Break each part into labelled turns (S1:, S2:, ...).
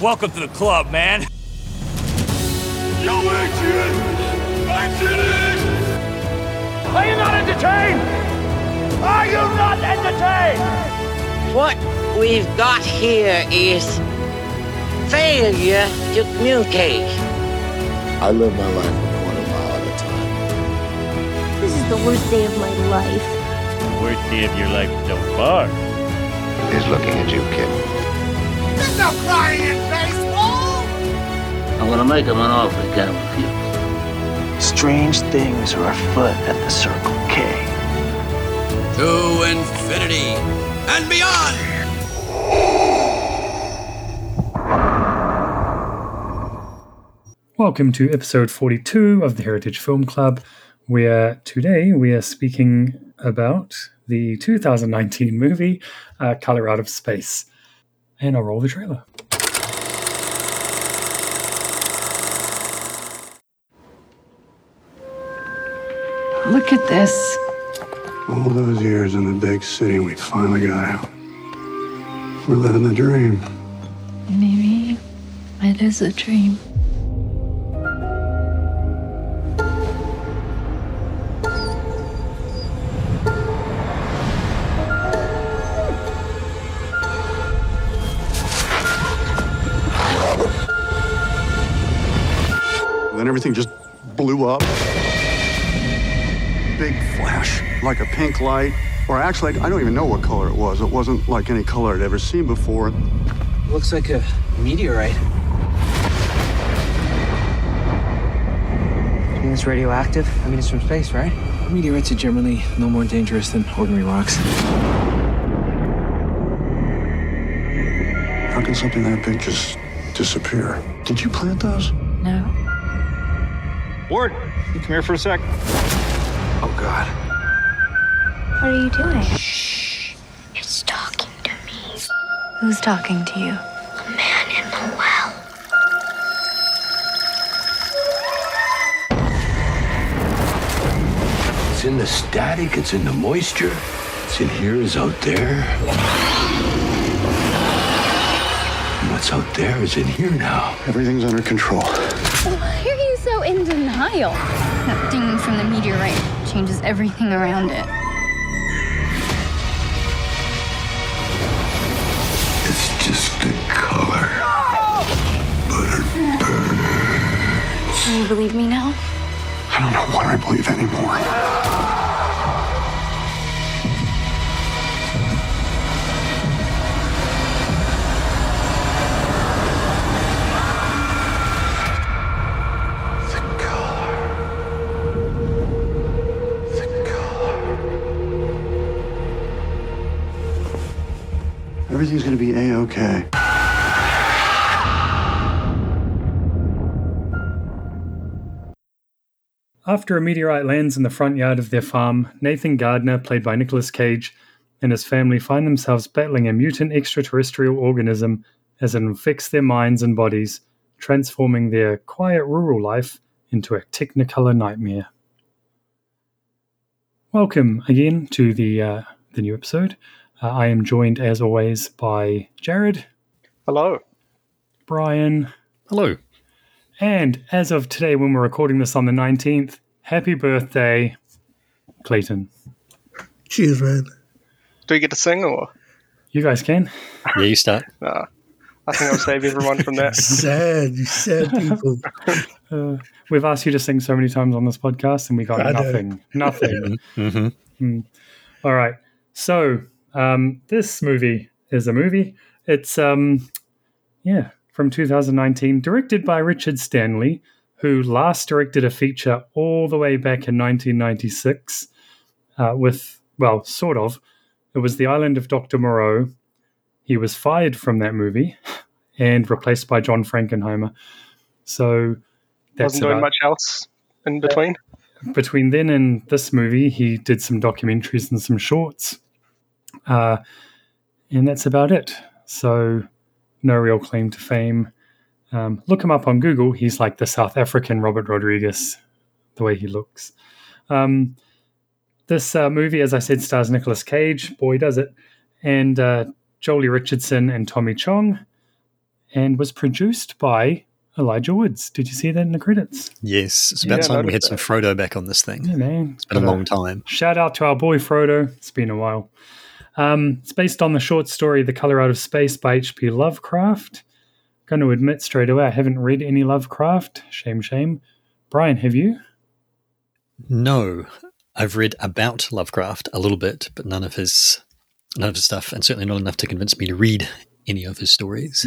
S1: Welcome to the club, man.
S2: Yo, Adrian! Adrian!
S3: Are you not entertained? Are you not entertained?
S4: What we've got here is failure to communicate.
S5: I live my life a quarter mile at a time.
S6: This is the worst day of my life.
S7: Worst day of your life so far.
S5: He's looking at you, kid.
S2: There's no crying in baseball!
S8: I'm gonna make him an offer he can't refuse.
S3: Strange things are afoot at the Circle K.
S9: to infinity and beyond.
S10: Welcome to episode 42 of the Heritage Film Club, where today we are speaking about the 2019 movie uh, Color Out of Space. And I'll roll the trailer.
S4: Look at this.
S2: All those years in the big city, we finally got out. We're living the dream.
S6: Maybe it is a dream.
S2: Then everything just blew up. Big flash, like a pink light, or actually, I don't even know what color it was. It wasn't like any color I'd ever seen before.
S8: Looks like a meteorite. I mean, it's radioactive. I mean, it's from space, right? Meteorites are generally no more dangerous than ordinary rocks.
S2: How can something that big just disappear? Did you plant those?
S6: No.
S8: Ward, you come here for a sec.
S2: Oh, God.
S6: What are you doing? Shh. It's talking to me. Who's talking to you? A man in the well.
S9: It's in the static, it's in the moisture. It's in here, is out there. And What's out there is in here now.
S2: Everything's under control.
S6: Why are you so in denial? That thing from the meteorite changes everything around it.
S9: It's just a color.
S6: Can you believe me now?
S2: I don't know what I believe anymore.
S9: The color. The color.
S2: Everything's gonna be a-okay.
S10: After a meteorite lands in the front yard of their farm, Nathan Gardner, played by Nicolas Cage, and his family find themselves battling a mutant extraterrestrial organism as it infects their minds and bodies, transforming their quiet rural life into a technicolor nightmare. Welcome again to the uh, the new episode. Uh, I am joined, as always, by Jared,
S11: Hello.
S10: Brian,
S7: Hello.
S10: and as of today, when we're recording this on the 19th, happy birthday, Clayton.
S11: Cheers, man. Do we get to sing or?
S10: You guys can.
S7: Yeah, you start.
S11: Nah. I think I'll save everyone from that.
S8: Sad, you sad people.
S10: Uh, we've asked you to sing so many times on this podcast and we got
S8: I know.
S10: nothing. Nothing.
S7: Mm-hmm.
S10: All right. So, um, this movie is a movie. It's, um, yeah, from 2019, directed by Richard Stanley, who last directed a feature all the way back in 1996 uh, with, well, sort of. It was The Island of Dr. Moreau. He was fired from that movie and replaced by John Frankenheimer. So, that's
S11: Wasn't doing
S10: about-
S11: much else in between.
S10: between then and this movie, he did some documentaries and some shorts. Uh, and that's about it. So, no real claim to fame. Um, look him up on Google. He's like the South African Robert Rodriguez, the way he looks. Um, this uh, movie, as I said, stars Nicolas Cage. Boy, does it. And uh, Jolie Richardson and Tommy Chong.
S11: and was produced by Elijah Woods. Did you see that in the credits?
S12: Yes, it's about
S11: Yeah, I
S12: time we had
S11: noticed
S12: some Frodo back on this thing.
S11: Yeah, man. uh,
S12: It's been a long time.
S11: Shout out to our boy Frodo. It's been a while. Um, it's based on the short story The Color Out of Space by H.P. Lovecraft. Going to admit straight away, I haven't read any Lovecraft. Shame, shame. Brian, have you?
S12: No, I've read about Lovecraft a little bit, but none of his none of his stuff, and certainly not enough to convince me to read any of his stories.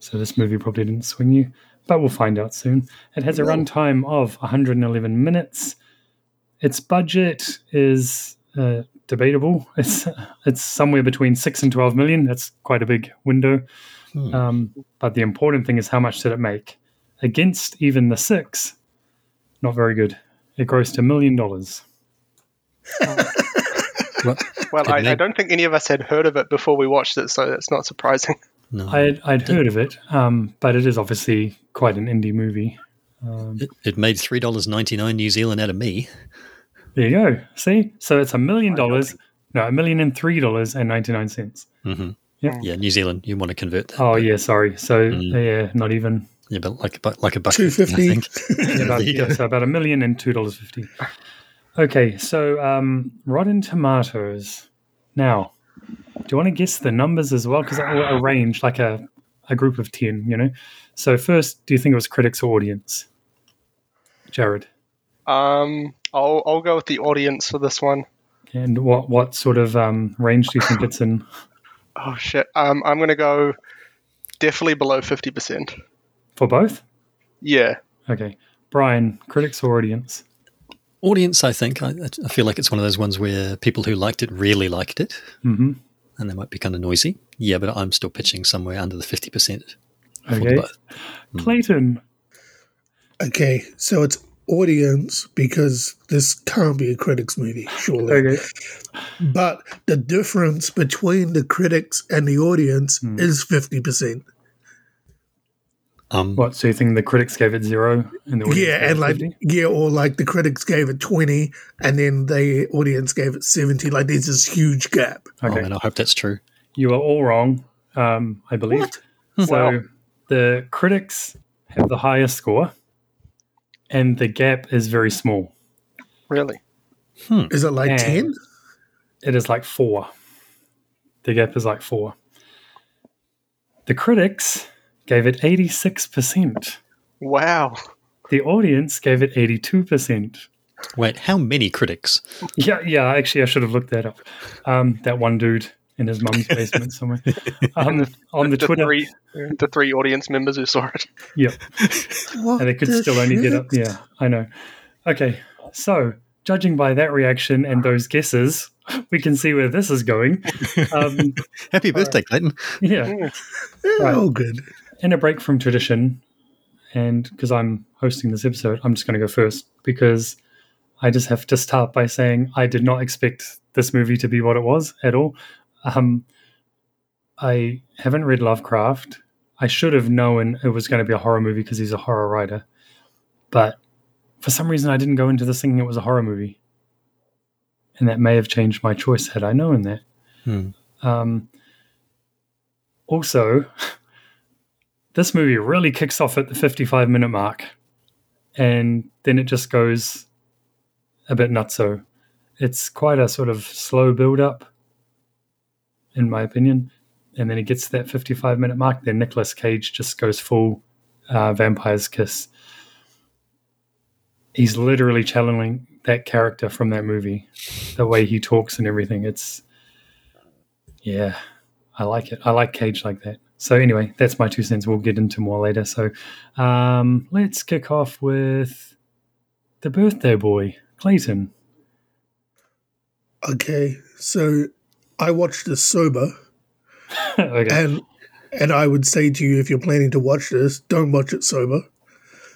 S11: So this movie probably didn't swing you, but we'll find out soon. It has a runtime of 111 minutes. Its budget is uh, debatable. It's it's somewhere between six and 12 million. That's quite a big window.
S12: Hmm.
S11: Um, but the important thing is how much did it make? Against even the six, not very good. It grossed a million dollars.
S10: Well, I, I
S11: Admit-
S10: don't think any of us had heard of it before we watched it, so that's not surprising.
S11: I'd, I'd heard of it, um, but it is obviously quite an indie movie. Um,
S12: It, it made three dollars ninety nine New Zealand out of me.
S11: There you go. See? So it's a million dollars. No, a million and three dollars and ninety nine cents.
S12: hmm
S11: Yeah.
S12: Yeah, New Zealand. You want to convert that?
S11: Oh yeah, sorry. So yeah, not even.
S12: Yeah, but like a bu- like a bucket. I
S11: 250.
S12: think.
S11: Yeah, about,
S12: There you
S11: yeah,
S12: go.
S11: so about a million and two dollars fifty. Okay, so um, Rotten Tomatoes. Now, do you want to guess the numbers as well? Because a range, like a a group of ten, you know. So first, do you think it was critics or audience? Jared,
S10: Um, I'll I'll go with the audience for this one.
S11: and what what sort of um, range do you think it's in?
S10: Oh shit. Um, I'm gonna go definitely below fifty percent.
S11: For both?
S10: Yeah.
S11: Okay. Brian, critics or audience?
S12: Audience, I think. I, I feel like it's one of those ones where people who liked it really liked it,
S11: Mm-hmm.
S12: and they might be kind of noisy. Yeah, but I'm still pitching somewhere under the fifty percent.
S11: Okay. Hmm. Clayton.
S2: Okay, so it's audience because this can't be a critics movie, surely.
S11: Okay.
S2: But the difference between the critics and the audience
S11: Hmm.
S2: is fifty percent.
S12: Um,
S11: what? So you think the critics gave it zero and the audience
S2: Yeah,
S11: gave
S2: and
S11: it
S2: like
S11: 50?
S2: yeah, or like the critics gave it twenty, and then the audience gave it seventy. Like there's this huge gap.
S11: Okay.
S12: oh, and I hope that's true.
S11: You are all wrong, um, I believe. So the critics have the highest score, and the gap is very small.
S10: Really?
S11: Hmm.
S2: Is it like
S11: And
S2: 10?
S11: It is like four. The gap is like four. The critics gave it 86%.
S10: Wow.
S11: The audience gave it 82%.
S12: Wait, how many critics?
S11: Yeah, yeah. Actually, I should have looked that up. Um, that one dude in his mum's basement somewhere. Um, on the Twitter,
S10: three the three audience members who saw it.
S11: yep. and it could
S10: the
S11: still only get up.
S10: shit?
S11: Yeah, I know. Okay, so judging by that reaction and those guesses, we can see where this is going. Um,
S12: Happy birthday, Clayton.
S11: yeah.
S2: Oh, good.
S11: In a break from tradition, and because I'm hosting this episode, I'm just going to go first because I just have to start by saying I did not expect this movie to be what it was at all. Um, I haven't read Lovecraft. I should have known it was going to be a horror movie because he's a horror writer. But for some reason, I didn't go into this thinking it was a horror movie. And that may have changed my choice had I known that.
S12: Hmm.
S11: Um, also, this movie really kicks off at the 55 minute mark and then it just goes a bit nutso. It's quite a sort of slow build up, in my opinion. And then it gets to that 55 minute mark. Then Nicolas Cage just goes full uh, vampire's kiss. He's literally channeling that character from that movie, the way he talks and everything. It's, yeah, I like it. I like Cage like that. So, anyway, that's my two cents. We'll get into more later. So, um, let's kick off with the birthday boy, Clayton.
S2: Okay, so I watched this sober, and and I would say to you, if you're planning to watch this, don't watch it sober.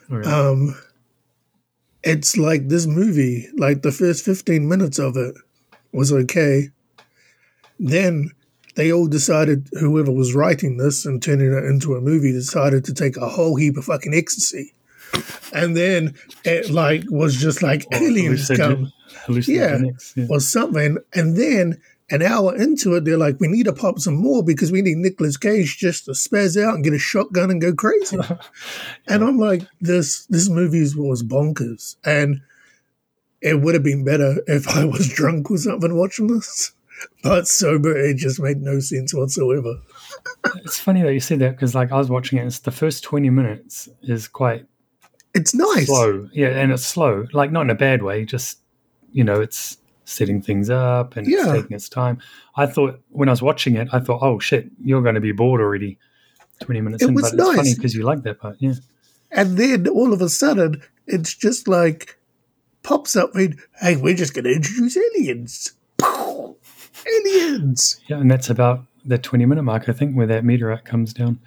S11: Alright.
S2: Um, it's like this movie. Like the first fifteen minutes of it was okay. Then they all decided, whoever was writing this and turning it into a movie, decided to take a whole heap of fucking ecstasy, and then it like was just like aliens
S11: Hallucinogen-
S2: come
S11: hallucinogenics, yeah.
S2: or something. And then an hour into it, they're like, we need to pop some more because we need Nicolas Cage just to spaz out and get a shotgun and go crazy. and I'm like, this this movie was bonkers. And it would have been better if I was drunk or something watching this. But sober, it just made no sense whatsoever.
S11: it's funny that you said that because, like, I was watching it. It's the first twenty minutes is quite.
S2: It's nice.
S11: Slow, yeah, and it's slow. Like, not in a bad way. Just you know, it's setting things up and it's
S2: Yeah.
S11: taking its time. I thought when I was watching it, I thought, oh shit, you're going to be bored already. Twenty minutes
S2: It
S11: in,
S2: was
S11: but it's funny
S2: nice.
S11: because you like that part. Yeah,
S2: And then all of a sudden, it's just like pops up and hey, we're just going to introduce aliens. Pow! aliens.
S11: yeah, and that's about the twenty minute mark, I think, where that meteorite comes down.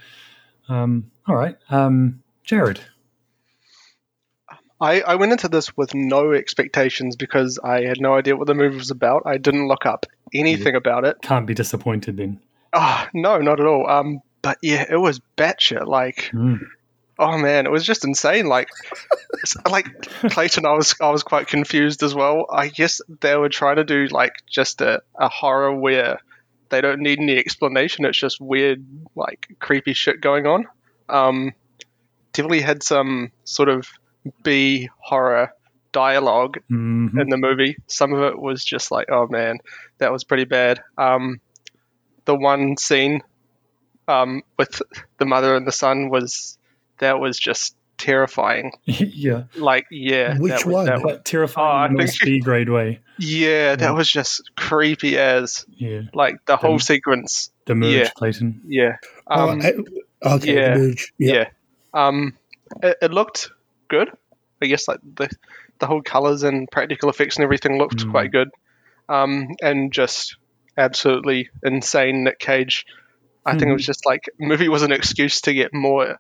S11: Um, all right, um, Jared.
S10: I, I went into this with no expectations because I had no idea what the movie was about. I didn't look up anything about it.
S11: Can't be disappointed then.
S10: Ah, no, not at all. Um, but yeah, it was batshit. Like, oh man, it was just insane. Like, s- like Clayton, I was I was quite confused as well. I guess they were trying to do like just a, a horror where they don't need any explanation. It's just weird, like creepy shit going on. Um, definitely had some sort of B horror dialogue
S11: Mhm.
S10: in the movie. Some of it was just like, oh man, that was pretty bad. Um, the one scene um, with the mother and the son was that was just terrifying.
S11: yeah,
S10: Like, yeah, that Oh, was, That was,
S11: Quite terrifying. in the most B grade way.
S10: yeah, that was just creepy as
S11: Yeah,
S10: like the whole sequence.
S11: the merge,
S10: yeah,
S11: Clayton.
S10: yeah. Um,
S2: Oh, okay,
S10: yeah.
S2: the merge. Yeah.
S10: Yeah. Um, it, it looked good. I guess like the the whole colors and practical effects and everything looked
S11: Hmm.
S10: quite good. Um, and just absolutely insane Nick Cage. I
S11: Hmm.
S10: think it was just like movie was an excuse to get more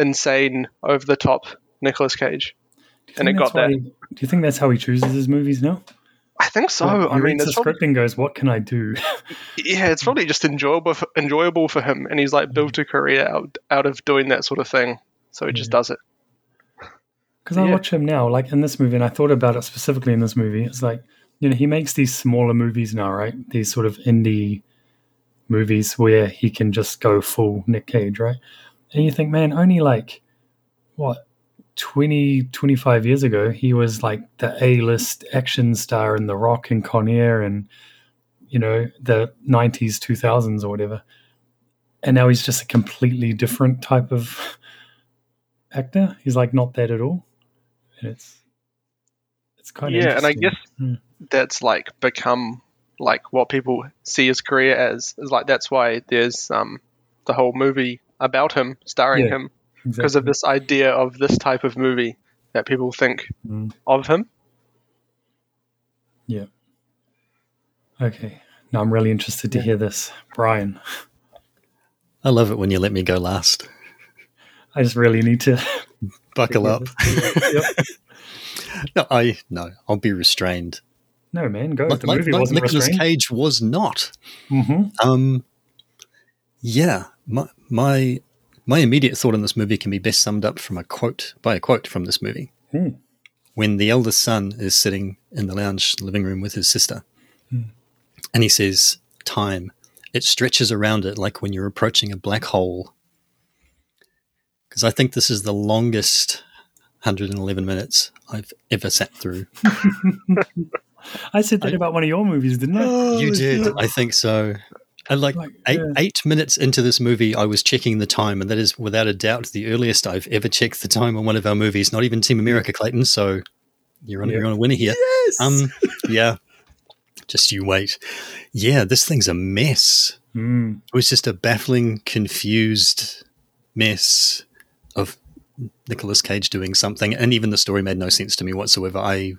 S10: insane, over the top Nicolas Cage, and it got that.
S11: Do you think that's how he chooses his movies now?
S10: I think so.
S11: Like, he
S10: I mean,
S11: reads
S10: it's
S11: the
S10: probably,
S11: script and goes, "What can I do?"
S10: yeah, it's probably just enjoyable for, enjoyable for him, and he's like
S11: Hmm.
S10: built a career out, out of doing that sort of thing. So he just does it.
S11: Because I watch him now, like in this movie, and I thought about it specifically in this movie. It's like, you know, he makes these smaller movies now, right? These sort of indie movies where he can just go full Nick Cage, right? And you think, man, only like, what, 20, 25 years ago, he was like the A list action star in The Rock and Con Air and, you know, the 90s, 2000s or whatever. And now he's just a completely different type of actor. He's like not that at all. And it's it's kind of
S10: yeah and i guess
S11: Hmm.
S10: that's like become like what people see his career as is like that's why there's um the whole movie about him starring
S11: Yeah,
S10: him because of this idea of this type of movie that people think
S11: Hmm.
S10: of him
S11: yeah. Okay, now I'm really interested to hear this, Brian.
S12: I love it when you let me go last.
S11: I just really need to
S12: buckle
S11: Yeah,
S12: up. no, I no, I'll be restrained.
S11: No man, go.
S12: Like,
S11: the
S12: like-
S11: movie
S12: like
S11: wasn't
S12: Nicolas
S11: restrained.
S12: Cage was not.
S11: Mhm.
S12: Um, yeah, my my my immediate thought on this movie can be best summed up from a quote by a quote from this movie.
S11: Hmm.
S12: When the eldest son is sitting in the lounge living room with his sister,
S11: Hmm.
S12: and he says, "Time." It stretches around it like when you're approaching a black hole. Because I think this is the longest 111 minutes I've ever sat through.
S11: I said that about one of your movies, didn't I?
S12: you did. I think so. I like, eight, eight minutes into this movie, I was checking the time, and that is without a doubt the earliest I've ever checked the time on one of our movies. Not even Team America, Clayton. So you're on,
S11: Yeah.
S12: you're on a winner here.
S2: Yes.
S12: Um. Yeah. Just you wait. Yeah, this thing's a mess.
S11: Mm.
S12: It was just a baffling, confused mess of Nicolas Cage doing something, and even the story made no sense to me whatsoever. I,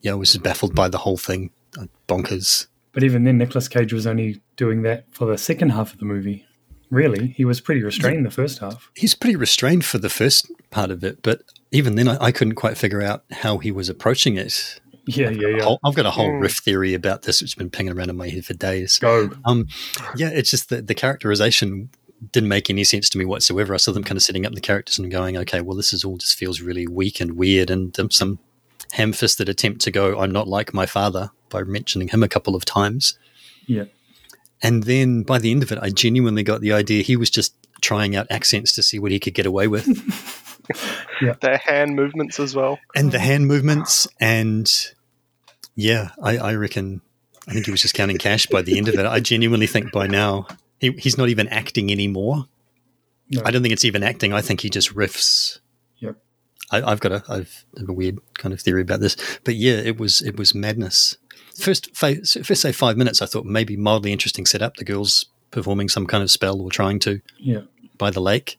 S12: yeah, I was just baffled by the whole thing. Uh, Bonkers.
S11: But even then, Nicolas Cage was only doing that for the second half of the movie. Really, he was pretty restrained the first half.
S12: He's pretty restrained for the first part of it, but even then, I, I couldn't quite figure out how he was approaching it.
S11: Yeah, yeah, yeah.
S12: Whole- I've got a whole
S11: Mm.
S12: riff theory about this, which has been pinging around in my head for days.
S11: Go.
S12: Um, yeah, it's just that the characterization didn't make any sense to me whatsoever. I saw them kind of setting up the characters and going, okay, well, this is all just feels really weak and weird, and um, some ham fisted attempt to go, I'm not like my father, by mentioning him a couple of times.
S11: Yeah.
S12: And then by the end of it, I genuinely got the idea he was just trying out accents to see what he could get away with.
S11: yeah.
S10: Their hand movements as well.
S12: And the hand movements. And yeah, I, I reckon, I think he was just counting cash by the end of it. I genuinely think by now he, he's not even acting anymore.
S11: No.
S12: I don't think it's even acting. I think he just riffs.
S11: Yep.
S12: I, I've got a I've I have a weird kind of theory about this, but yeah, it was it was madness. First, fi- first say five minutes, I thought maybe mildly interesting setup. The girls performing some kind of spell or trying to
S11: Yeah.
S12: by the lake,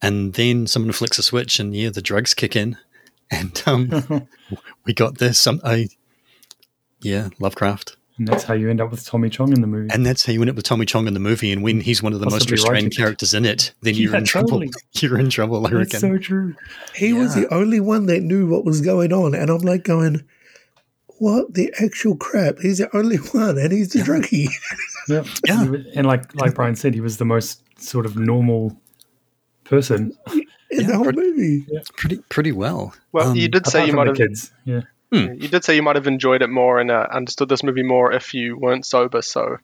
S12: and then someone flicks a switch, and yeah, the drugs kick in, and um, we got this. Some I, yeah, Lovecraft.
S11: And that's how you end up with Tommy Chong in the movie.
S12: And that's how you end up with Tommy Chong in the movie. And when he's one of the most
S11: Possibly
S12: restrained
S11: right.
S12: characters in it, then you're
S11: Yeah,
S12: in trouble.
S11: totally.
S12: You're in trouble, I reckon.
S11: true.
S2: He was the only one that knew what was going on, and I'm like going, "What the actual crap?" He's the only one, and he's the druggie.
S11: Yeah.
S12: Yeah.
S11: He was- And like like Brian said, he was the most sort of normal person.
S2: in the whole movie.
S12: pretty pretty well.
S10: Well,
S12: Um,
S10: you did say
S11: apart
S10: you
S11: from
S10: might
S11: the
S10: have
S11: kids. Yeah.
S10: you did say you might have enjoyed it more and uh, understood this movie more if you weren't sober. So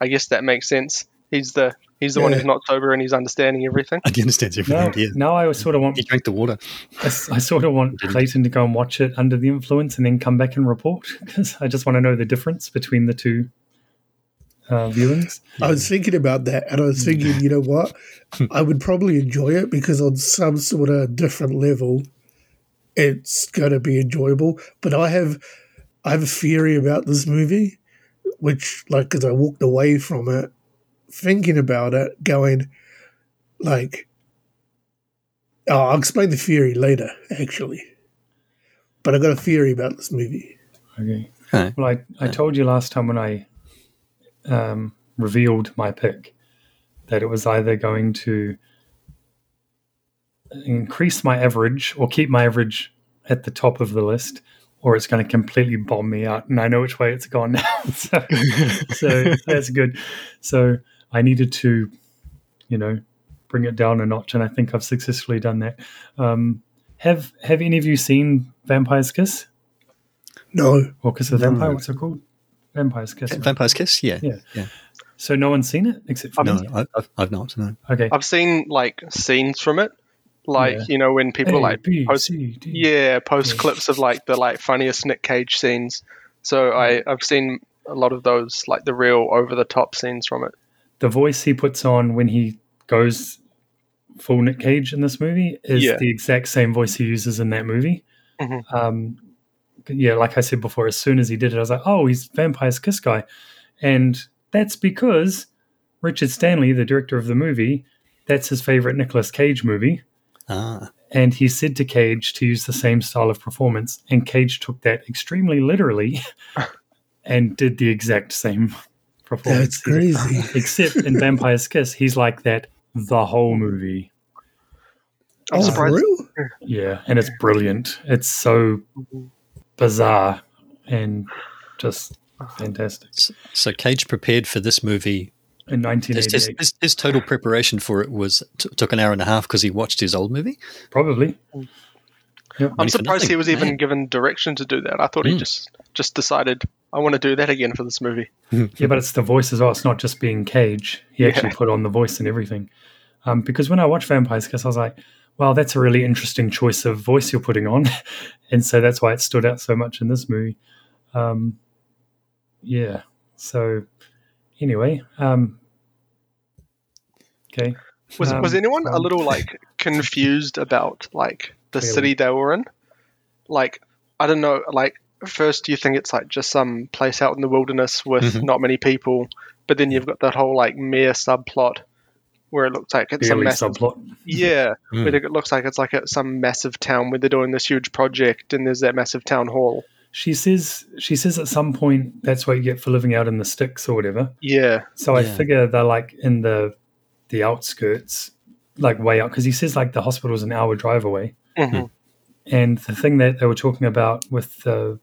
S10: I guess that makes sense. He's the he's the one
S2: Yeah.
S10: who's not sober and he's understanding everything.
S12: I understand everything.
S11: Now,
S12: yeah.
S11: now I sort of want
S12: He drank the water.
S11: I, sort of want Clayton to go and watch it under the influence and then come back and report because I just want to know the difference between the two uh, viewings.
S2: I was thinking about that, and I was thinking, you know what? I would probably enjoy it because on some sort of different level, it's going to be enjoyable. But I have, I have a theory about this movie, which, like, because I walked away from it thinking about it, going, like, oh, I'll explain the theory later, actually. But I got a theory about this movie.
S11: Okay.
S12: Okay.
S11: Well, I, I told you last time when I um, revealed my pick that it was either going to increase my average or keep my average at the top of the list, or it's going to completely bomb me out. And I know which way it's gone now. so, so that's good. So I needed to, you know, bring it down a notch. And I think I've successfully done that. Um, have, have any of you seen Vampire's Kiss?
S2: No,
S11: Or Kiss of the
S12: No.
S11: Vampire? What's it called? Vampire's Kiss. right?
S12: Vampire's Kiss? Yeah.
S11: Yeah.
S12: yeah.
S11: So no one's seen it except for
S12: No,
S11: me.
S12: I, I've, I've not. No.
S11: Okay.
S10: I've seen like scenes from it, like
S11: Yeah.
S10: you know when
S11: A,
S10: people like
S11: B,
S10: post
S11: C, D.
S10: yeah post
S11: Yeah.
S10: clips of like the like funniest Nick Cage scenes. So I I've seen a lot of those like the real over the top scenes from it.
S11: The voice he puts on when he goes full Nick Cage in this movie is
S10: Yeah.
S11: the exact same voice he uses in that movie.
S10: Mhm.
S11: Um, yeah, like I said before, as soon as he did it, I was like, oh, he's Vampire's Kiss guy. And that's because Richard Stanley, the director of the movie, that's his favorite Nicolas Cage movie.
S12: Ah.
S11: and he said to Cage to use the same style of performance, and Cage took that extremely literally and did the exact same performance.
S2: that's crazy.
S11: Except in Vampire's Kiss, he's like that the whole movie.
S10: I'm
S2: oh, for
S10: surprised.
S2: real?
S11: Yeah, and it's brilliant. It's so bizarre and just fantastic.
S12: So, so Cage prepared for this movie.
S11: In
S12: His, his,
S11: 1988,
S12: his, his total preparation for it was t- took an hour and a half because he watched his old movie.
S11: probably. Yep.
S10: I'm
S12: Money for
S10: surprised he
S12: nothing,
S10: was even
S12: man.
S10: given direction to do that. I
S11: Mm.
S10: thought he just just decided I want to do that again for this movie.
S11: Yeah, but it's the voice as well. It's not just being Cage. He actually put on the voice and everything. Um, because when I watched Vampire's Kiss, I was like, wow, that's a really interesting choice of voice you're putting on. and so that's why it stood out so much in this movie. Um, yeah. So anyway. Um, okay.
S10: Was
S11: Um,
S10: was anyone a
S11: um,
S10: little like confused about like the
S11: Clearly.
S10: city they were in? Like I don't know. Like first you think it's like just some place out in the wilderness with
S11: Mm-hmm.
S12: Mhm.
S10: not many people, but then you've got that whole like mere subplot where it looks like it's some
S11: barely
S10: massive
S11: subplot?
S10: yeah,
S11: Hmm.
S12: Mm.
S10: where it looks like it's like a, some massive town where they're doing this huge project and there's that massive town hall.
S11: She says she says at some point that's what you get for living out in the sticks or whatever.
S10: Yeah,
S11: So I
S12: Yeah.
S11: figure they're like in the the outskirts, like way out, because he says like the hospital's an hour drive away.
S10: Mhm.
S11: And the thing that they were talking about with the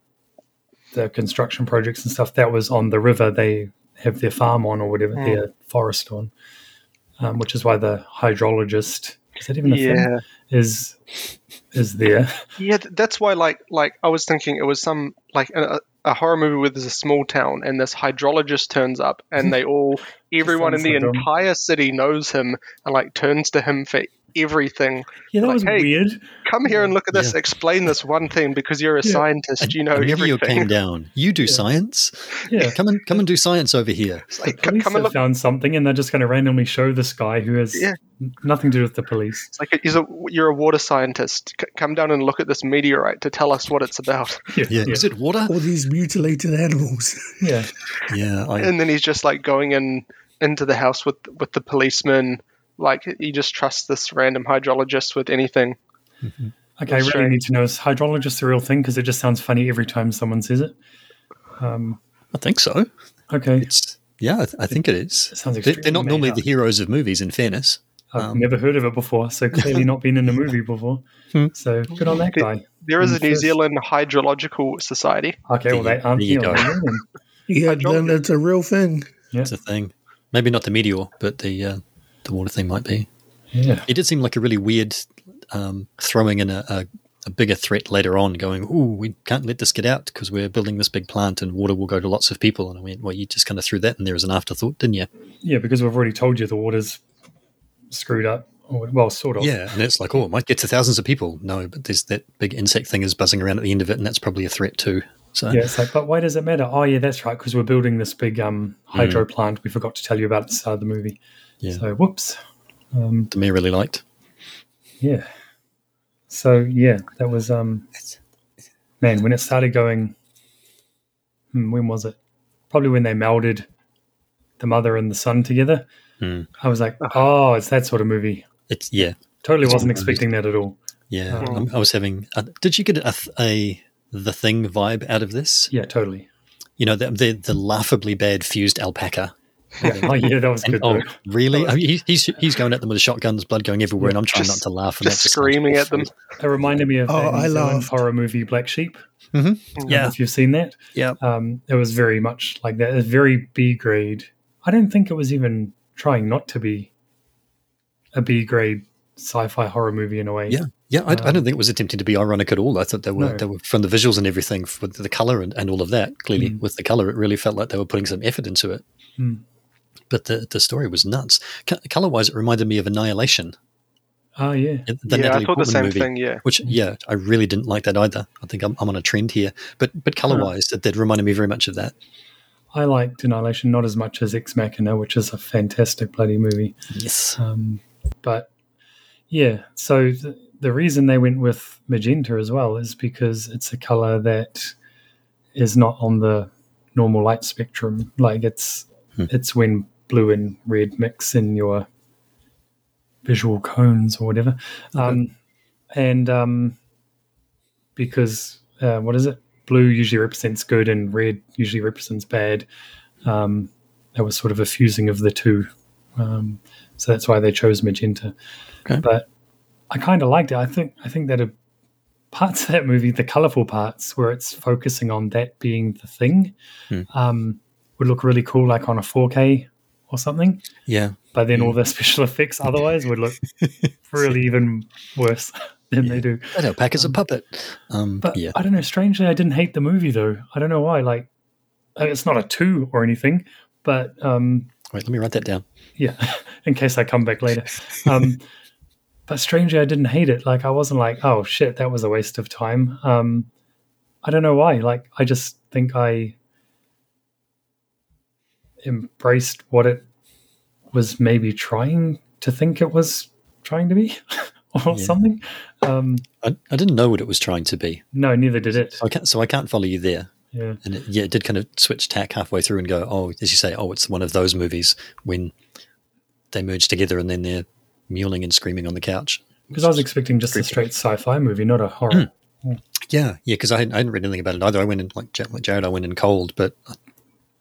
S11: the construction projects and stuff that was on the river they have
S10: Mm.
S11: their farm on or whatever their forest on, um, which is why the hydrologist is that even a
S10: Yeah.
S11: thing? Is is there?
S10: Yeah, th- that's why. Like, like I was thinking it was some like a, a horror movie where there's a small town and this hydrologist turns up and they all, everyone in
S11: sounds
S10: the
S11: so dumb.
S10: entire city knows him and like turns to him for everything.
S11: Yeah, that
S10: Like,
S11: was
S10: hey,
S11: weird.
S10: Come here and look at this. Explain this one thing because you're a
S11: Yeah.
S10: scientist. You know
S12: a video
S10: everything.
S12: came down. You do science.
S11: Yeah.
S12: Come and come and do science over here.
S11: The police have found something, and they're just going to randomly show this guy who has
S10: Yeah.
S11: n- nothing to do with the police.
S10: It's like he's a, you're a water scientist. C- come down and look at this meteorite to tell us what it's about.
S12: Is it water?
S2: All these mutilated animals.
S11: Yeah.
S12: Yeah. I,
S10: and then he's just like going in into the house with with the policeman. Like he just trusts this random hydrologist with anything.
S11: Okay, I really need to know is hydrologist the real thing because it just sounds funny every time someone says it. Um,
S12: I think so.
S11: Okay.
S12: It's yeah. I, th- I think it is.
S11: sounds
S12: They- They're
S11: extremely
S12: not
S11: made
S12: normally
S11: up.
S12: the heroes of movies. In fairness,
S11: I've
S12: Um,
S11: never heard of it before, so clearly not been in a movie before.
S12: Hmm.
S11: So good on that guy.
S10: There is a New
S11: First-
S10: Zealand Hydrological Society.
S11: Okay, well they aren't
S12: you
S11: here.
S12: go.
S2: Yeah, then it's a real thing.
S12: it's a thing. Maybe not the meteor, but the uh, the water thing might be.
S11: Yeah.
S12: It did seem like a really weird um, throwing in a, a, a bigger threat later on, going, "Ooh, we can't let this get out because we're building this big plant and water will go to lots of people." And I went, "Well, you just kind of threw that in there as an afterthought, didn't you?"
S11: Yeah, because we've already told you the water's screwed up. Or, well, sort of.
S12: Yeah, and it's like, "Oh, it might get to thousands of people." No, but there's that big insect thing is buzzing around at the end of it, and that's probably a threat too. So
S11: Yeah, it's like, but why does it matter? Oh, yeah, that's right, because we're building this big um, hydro plant. We forgot to tell you about at the start of the movie.
S12: Hmm. Yeah.
S11: So, whoops. Um,
S12: the mayor really liked.
S11: Yeah. So yeah, that was um man, when it started going hmm, when was it? Probably when they melded the mother and the son together.
S12: Hmm.
S11: I was like,
S2: Ah.
S11: Oh, it's that sort of movie.
S12: It's yeah,
S11: Totally
S12: It's all
S11: wasn't
S12: movies.
S11: expecting that at all.
S12: yeah.
S11: Um,
S12: I'm- I was having. Uh, did you get a, th- a the thing vibe out of this?
S11: Yeah, totally.
S12: You know, the the, the laughably bad fused alpaca.
S11: Yeah. oh yeah, that was
S12: And,
S11: good.
S12: oh,
S11: though.
S12: really? I mean, he, he's he's going at them with a shotgun, there's blood going everywhere, and I'm trying
S10: Just-
S12: not to laugh. And
S10: just
S12: that just
S10: screaming at them.
S11: It reminded me of
S2: Oh,
S11: that New
S2: I
S11: Zealand
S2: laughed.
S11: horror movie Black Sheep.
S12: Mm-hmm. Yeah,
S11: If you've seen that.
S12: yeah.
S11: Um, it was very much like that. It was very B grade. I don't think it was even trying not to be a B grade sci-fi horror movie in a way.
S12: Yeah, yeah.
S10: Um,
S12: I, I don't think it was attempting to be ironic at all. I thought they were
S11: No.
S12: they were from the visuals and everything, with the color and, and all of that. Clearly,
S10: Mm.
S12: with the color, it really felt like they were putting some effort into it.
S10: Hmm.
S11: Mm.
S12: But the the story was nuts. color wise, it reminded me of Annihilation,
S11: Oh yeah.
S12: the
S10: Yeah, I
S12: Natalie
S10: thought the
S12: Portman
S10: same
S12: movie.
S10: thing, yeah.
S12: which yeah, I really didn't like that either. I think I'm, I'm on a trend here, but but
S10: Uh-huh.
S12: color wise, it did remind me very much of that.
S11: I liked Annihilation not as much as Ex Machina, which is a fantastic bloody movie.
S12: Yes.
S11: Um, but yeah, so th- the reason they went with magenta as well is because it's a color that is not on the normal light spectrum. Like it's it's when blue and red mix in your visual cones or whatever. Um, and um, because uh, what is it? Blue usually represents good, and red usually represents bad. Um, that was sort of a fusing of the two, um, so that's why they chose magenta.
S12: Okay.
S11: But I kind of liked it. I think I think that a, parts of that movie, the colorful parts where it's focusing on that being the thing,
S12: Hmm.
S11: um, would look really cool, like on a 4K or something.
S12: Yeah,
S11: But then
S12: Hmm.
S11: all the special effects otherwise would look really even worse than they do.
S12: that alpaca's a puppet. Um,
S11: But
S12: yeah,
S11: I don't know. Strangely, I didn't hate the movie though. I don't know why. Like, uh, it's not a two or anything, but um,
S12: wait, let me write that down.
S11: yeah, in case I come back later. Um, but strangely, I didn't hate it. Like, I wasn't like, oh shit, that was a waste of time. Um, I don't know why. Like, I just think I embraced what it was maybe trying to think it was trying to be or
S12: Yeah.
S11: something. Um,
S12: I, I didn't know what it was trying to be.
S11: no, neither did it.
S12: I can't, so I can't follow you there.
S11: Yeah.
S12: And it, yeah, it did kind of switch tack halfway through and go, oh, as you say, oh, it's one of those movies when they merge together and then they're mewling and screaming on the couch.
S11: Because I was expecting just a straight sci fi movie, not a horror.
S12: Yeah, yeah, because I hadn't, I hadn't read anything about it either. I went in like, Ja- like Jared, I went in cold, but uh,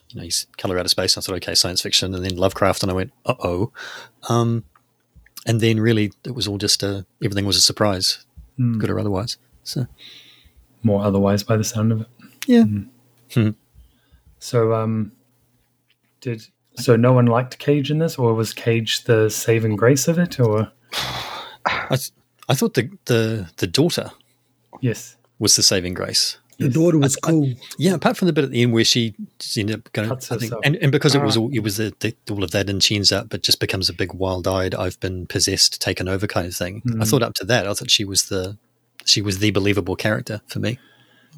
S12: you know, he's color out of space. I thought, okay, science fiction, and then Lovecraft, and I went, uh oh, um, and then really it was all just a, everything was a surprise,
S11: Hmm.
S12: good or otherwise. So
S11: More otherwise, by the sound of it. Mm.
S12: yeah, Hmm.
S11: So, um, did so no one liked Cage in this, or was Cage the saving grace of it, or
S12: I, th- I thought the, the the daughter,
S11: yes,
S12: was the saving grace.
S2: The daughter was cool.
S12: yeah, apart from the bit at the end where she just ended up going,
S11: Cuts
S12: I think,
S11: herself.
S12: and, and because it was
S11: Ah.
S12: all it was the, the, all of that, and she ends up, but just becomes a big wild-eyed, I've been possessed, taken over kind of thing. I
S11: Mm.
S12: thought up to that, I thought she was the she was the believable character for me.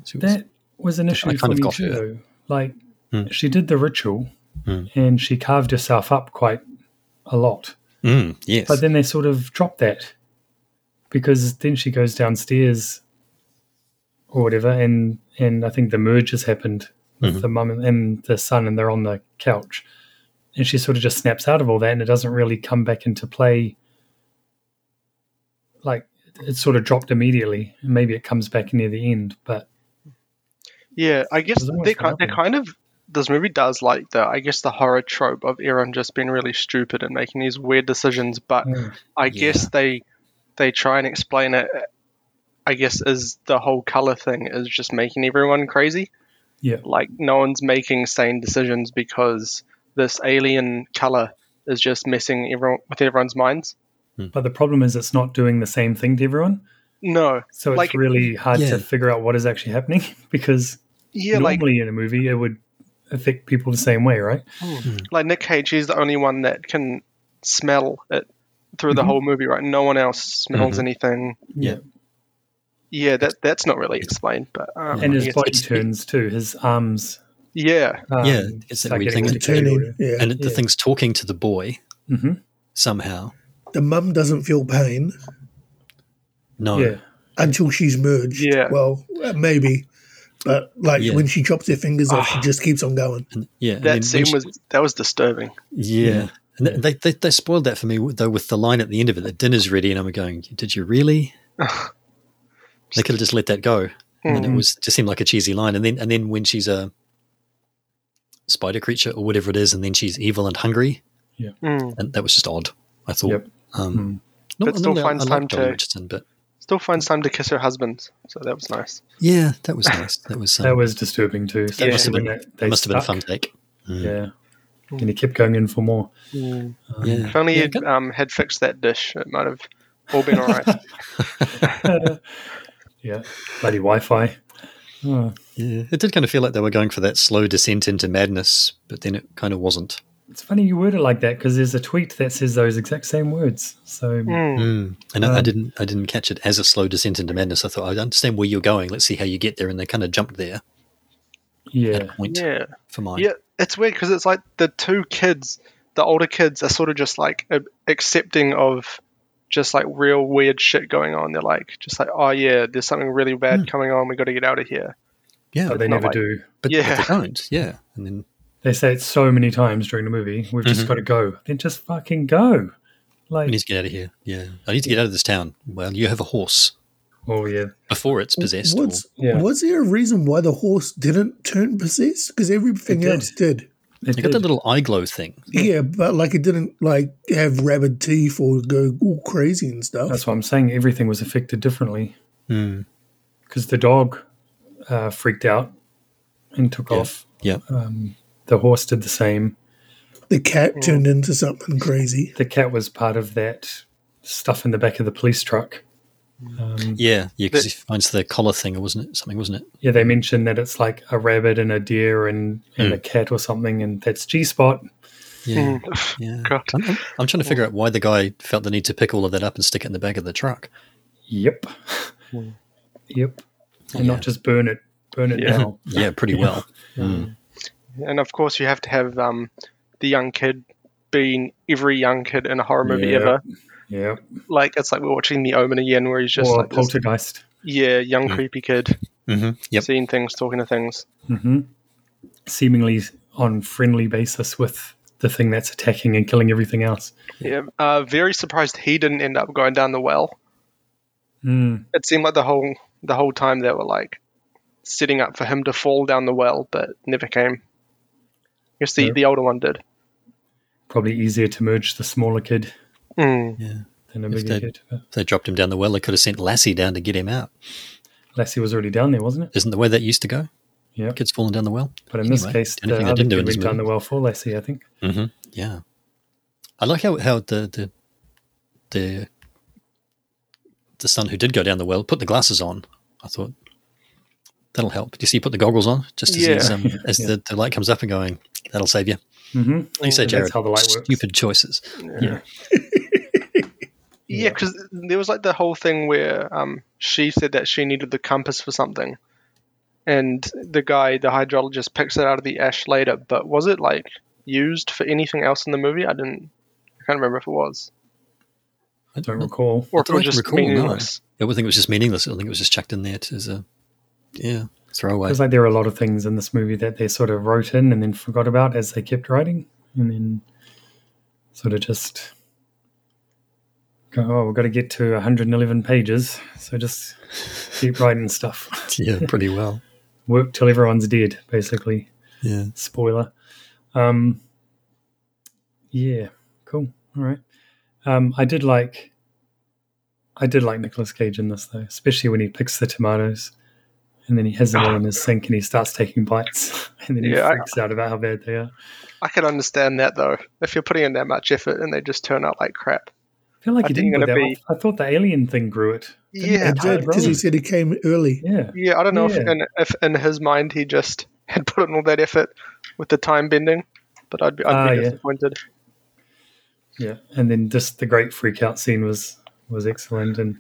S12: She was-
S11: That was an issue
S12: I
S11: for
S12: kind of
S11: me
S12: got her.
S11: too. Though. Like
S12: Hmm.
S11: she did the ritual
S12: Hmm.
S11: and she carved herself up quite a lot,
S12: Mm, yes,
S11: but then they sort of dropped that because then she goes downstairs or whatever, and and I think the merge has happened with
S12: Mhm.
S11: the mum and, and the son, and they're on the couch, and she sort of just snaps out of all that, and it doesn't really come back into play. Like it sort of dropped immediately, and maybe it comes back near the end, but.
S10: Yeah, I guess
S11: There's always
S10: they kind, they
S11: another.
S10: kind of this movie does like the I guess the horror trope of everyone just being really stupid and making these weird decisions, but
S11: Mm.
S10: I guess they they try and explain it. I guess is the whole color thing is just making everyone crazy.
S11: Yeah.
S10: Like no one's making sane decisions because this alien color is just messing everyone with everyone's minds.
S11: But the problem is it's not doing the same thing to everyone.
S10: No,
S11: So it's
S10: Like-
S11: really hard
S10: Yeah.
S11: to figure out what is actually happening because
S10: yeah, like
S11: normally in a movie it would affect people the same way, right?
S10: like Nick Cage is the only one that can smell it through the
S2: Mm-hmm.
S11: Mhm.
S10: whole movie, right? No one else smells
S12: Mhm.
S10: anything.
S12: yeah,
S10: Yeah, that that's not really explained, but um,
S11: And his
S10: yes.
S11: body turns too. His arms.
S10: yeah,
S11: Um,
S12: yeah, it's that
S11: start
S12: weird
S11: getting
S12: thing,
S11: all
S12: and,
S2: Turning, yeah.
S12: and the
S11: Yeah.
S12: thing's talking to the boy
S11: Mhm.
S12: somehow.
S2: The mum doesn't feel pain
S12: No,
S11: Yeah.
S2: until she's merged.
S10: Yeah.
S2: Well, uh, maybe. But like
S12: Yeah.
S2: when she chops her fingers off, she just keeps on going.
S12: yeah, and
S10: Ah. that
S12: then when
S10: scene
S12: she-
S10: was that was disturbing.
S12: Yeah. And th- They, they, they spoiled that for me, though, with the line at the end of it that dinner's ready. And I'm going, did you really? they could have just let that go. And
S11: Hmm.
S12: it was just seemed like a cheesy line. And then, and then when she's a spider creature or whatever it is, and then she's evil and hungry.
S10: Mm.
S12: And that was just odd, I thought.
S11: Yep. Hmm.
S12: Um,
S10: But
S12: not-
S10: still
S12: normally I-
S10: finds
S12: I like
S10: time
S12: Joel
S10: to-
S12: Richardson, but
S10: Still finds time to kiss her husband, so that was nice.
S12: yeah, that was nice. That was, um,
S11: That was disturbing too.
S12: that
S10: yeah.
S12: must have
S11: when
S12: been,
S11: that- they
S12: that must have been a
S11: stuck.
S12: fun take. Mm.
S11: Yeah. And he kept going in for more. Um,
S12: Yeah.
S10: If only
S12: Yeah,
S10: he'd,
S12: good.
S10: um, had fixed that dish, it might have all been all right.
S11: yeah. Bloody Wi Fi. Oh,
S12: Yeah. It did kind of feel like they were going for that slow descent into madness, but then it kind of wasn't.
S11: it's funny you word it like that because there's a tweet that says those exact same words. So
S10: Mm.
S12: Mm. And I I
S11: Um,
S12: didn't, I didn't catch it as a slow descent into madness. I thought I understand where you're going. Let's see how you get there. And they kind of jumped there at
S11: yeah.
S12: a point
S10: Yeah,
S12: for mine.
S10: yeah, it's weird because it's like the two kids, the older kids, are sort of just like a- accepting of just like real weird shit going on. They're like, just like, oh yeah, there's something really
S12: Hmm.
S10: bad coming on. We got to get out of here.
S12: yeah,
S11: But they
S10: not
S11: never
S10: like-
S11: do.
S12: but,
S10: yeah.
S12: but they don't. Yeah, and then
S11: They say it so many times during the movie. We've just
S12: Mhm.
S11: got to go. Then just fucking go.
S12: I
S11: Like,
S12: need to get out of here. Yeah, I need to get out of this town. Well, you have a horse
S11: oh yeah,
S12: before it's possessed. or-
S2: Was
S11: Yeah.
S2: was there a reason why the horse didn't turn possessed? Because everything
S11: It did.
S2: else did.
S11: it
S12: you got
S11: did.
S12: that little eye glow thing.
S2: Yeah, but like it didn't like have rabid teeth or go all crazy and stuff.
S11: That's what I'm saying. Everything was affected differently
S10: Hmm.
S12: Mm.
S11: because the dog uh, freaked out and took
S12: Yeah.
S11: off.
S12: Yeah,
S11: Um, the horse did the same.
S2: the cat turned into something crazy.
S11: The cat was part of that stuff in the back of the police truck. Um,
S12: yeah, yeah. Because
S10: But-
S12: he finds the collar thing, or wasn't it something? Wasn't it?
S11: yeah, they mentioned that it's like a rabbit and a deer and, and
S10: Hmm.
S12: Mm.
S11: a cat or something, and that's G spot.
S12: Yeah, yeah.
S10: God.
S12: I'm, I'm- I'm trying to figure out why the guy felt the need to pick all of that up and stick it in the back of the truck.
S11: Yep, yep, and
S12: Yeah.
S11: not just burn it, burn it
S10: Yeah.
S11: now.
S12: Yeah, pretty well. Mm.
S10: And of course, you have to have um, the young kid being every young kid in a horror movie
S11: Yeah.
S10: ever.
S11: Yep.
S10: Like it's like we're watching The Omen again, where he's just
S11: or
S10: like this-
S11: poltergeist.
S10: yeah, young creepy kid
S12: hmm Yep.
S10: seeing things, talking to things.
S11: hmm Seemingly on friendly basis with the thing that's attacking and killing everything else.
S10: Yeah, uh, very surprised he didn't end up going down the well.
S11: Mm.
S10: It seemed like the whole the whole time they were like setting up for him to fall down the well, but never came. I guess the,
S11: Yeah.
S10: the older one did.
S11: Probably easier to merge the smaller kid
S10: Mm.
S12: Yeah.
S11: than a
S12: If
S11: bigger
S12: they-
S11: kid. But
S12: If they dropped him down the well, they could have sent Lassie down to get him out.
S11: Lassie was already down there, wasn't it?
S12: Isn't the way that used to go?
S11: Yeah.
S12: Kids falling down the well.
S11: But in this
S12: Anyway,
S11: case,
S12: anything
S11: the
S12: they
S11: other
S12: didn't do in
S11: kid
S12: this
S11: went down
S12: movie.
S11: the well for Lassie, I think.
S12: Mm-hmm. Yeah, I like how how the the the son who did go down the well put the glasses on. I thought that'll help. Do you see? He put the goggles on just as,
S11: Yeah.
S12: he's, um,
S11: Yeah.
S12: as the, the light comes up and going. That'll save you.
S11: Mhm.
S12: Like you say,
S11: That's
S12: Jared.
S11: how the light works.
S12: Stupid choices. Yeah.
S10: Yeah, because there was like the whole thing where um, she said that she needed the compass for something, and the guy, the hydrologist, picks it out of the ash later. But was it like used for anything else in the movie? I didn't. I can't remember if it was.
S12: I
S11: don't recall.
S10: Or
S12: I
S10: if it
S12: don't
S10: was just
S12: recall, no.
S10: meaningless.
S12: I would think it was just meaningless. I think it was just chucked in there to- as a yeah throwaway.
S11: Because like there are a lot of things in this movie that they sort of wrote in and then forgot about as they kept writing, and then sort of just go, "Oh, we've got to get to 111 pages, so just keep writing stuff."
S12: yeah, pretty well.
S11: Work till everyone's dead, basically.
S12: Yeah.
S11: Spoiler. Um, yeah. Cool. All right. Um, I did like. I did like Nicolas Cage in this though, especially when he picks the tomatoes, and then he has them all in his sink and he starts taking bites, and then he
S10: Yeah, I-
S11: freaks out about how bad they are.
S10: I can understand that though. If you're putting in that much effort and they just turn out like crap.
S11: I feel like he
S10: think
S11: didn't
S10: you're
S11: put that.
S10: gonna
S11: off. I thought the alien thing grew it. didn't
S10: Yeah,
S11: it?
S10: I did, 'cause he
S2: said he came early.
S11: Yeah.
S10: Yeah, I don't know if,
S11: Yeah.
S10: in, if in his mind he just had put in all that effort with the time bending, but I'd be, I'd
S11: Ah,
S10: be
S11: yeah.
S10: disappointed.
S11: Yeah, and then just the great freak out scene was was excellent, and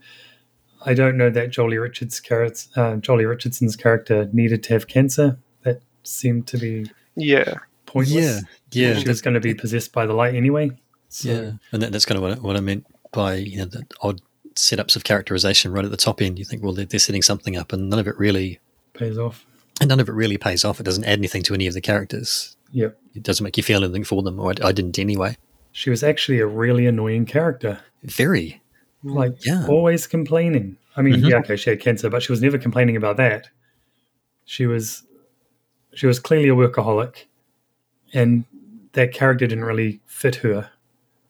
S11: I don't know that Jolie Richards' character, uh, Jolie Richardson's character needed to have cancer. That seemed to be
S10: Yeah.
S11: pointless.
S12: Yeah, yeah,
S11: she was going to be possessed by the light anyway. So,
S12: Yeah, and that, that's kind of what I, what I meant by you know the odd setups of characterization right at the top end. You think, well, they're, they're setting something up, and none of it really,
S11: pays off.
S12: and none of it really pays off. It doesn't add anything to any of the characters.
S11: Yep,
S12: It doesn't make you feel anything for them, or I, I didn't anyway.
S11: she was actually a really annoying character.
S12: Very.
S11: Like
S12: Mm. Yeah.
S11: always complaining. I mean,
S12: Mhm.
S11: yeah, okay, she had cancer, but she was never complaining about that. She was she was clearly a workaholic and that character didn't really fit her.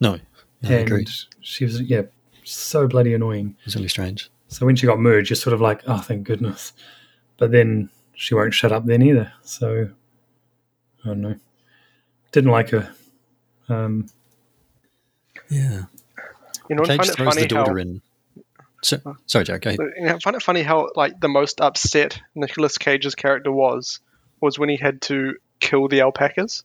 S12: No, no I
S11: and
S12: agree.
S11: she was yeah, so bloody annoying.
S12: It's really strange.
S11: So when she got merged, you're sort of like, oh thank goodness. But then she won't shut up then either. So I don't know. Didn't like her. Um
S12: Yeah,
S10: You know, I
S12: Cage
S10: find it
S12: throws
S10: funny
S12: the daughter
S10: how
S12: in. So, sorry, Jared. Go ahead.
S10: you know, I find it funny how like the most upset Nicolas Cage's character was was when he had to kill the alpacas.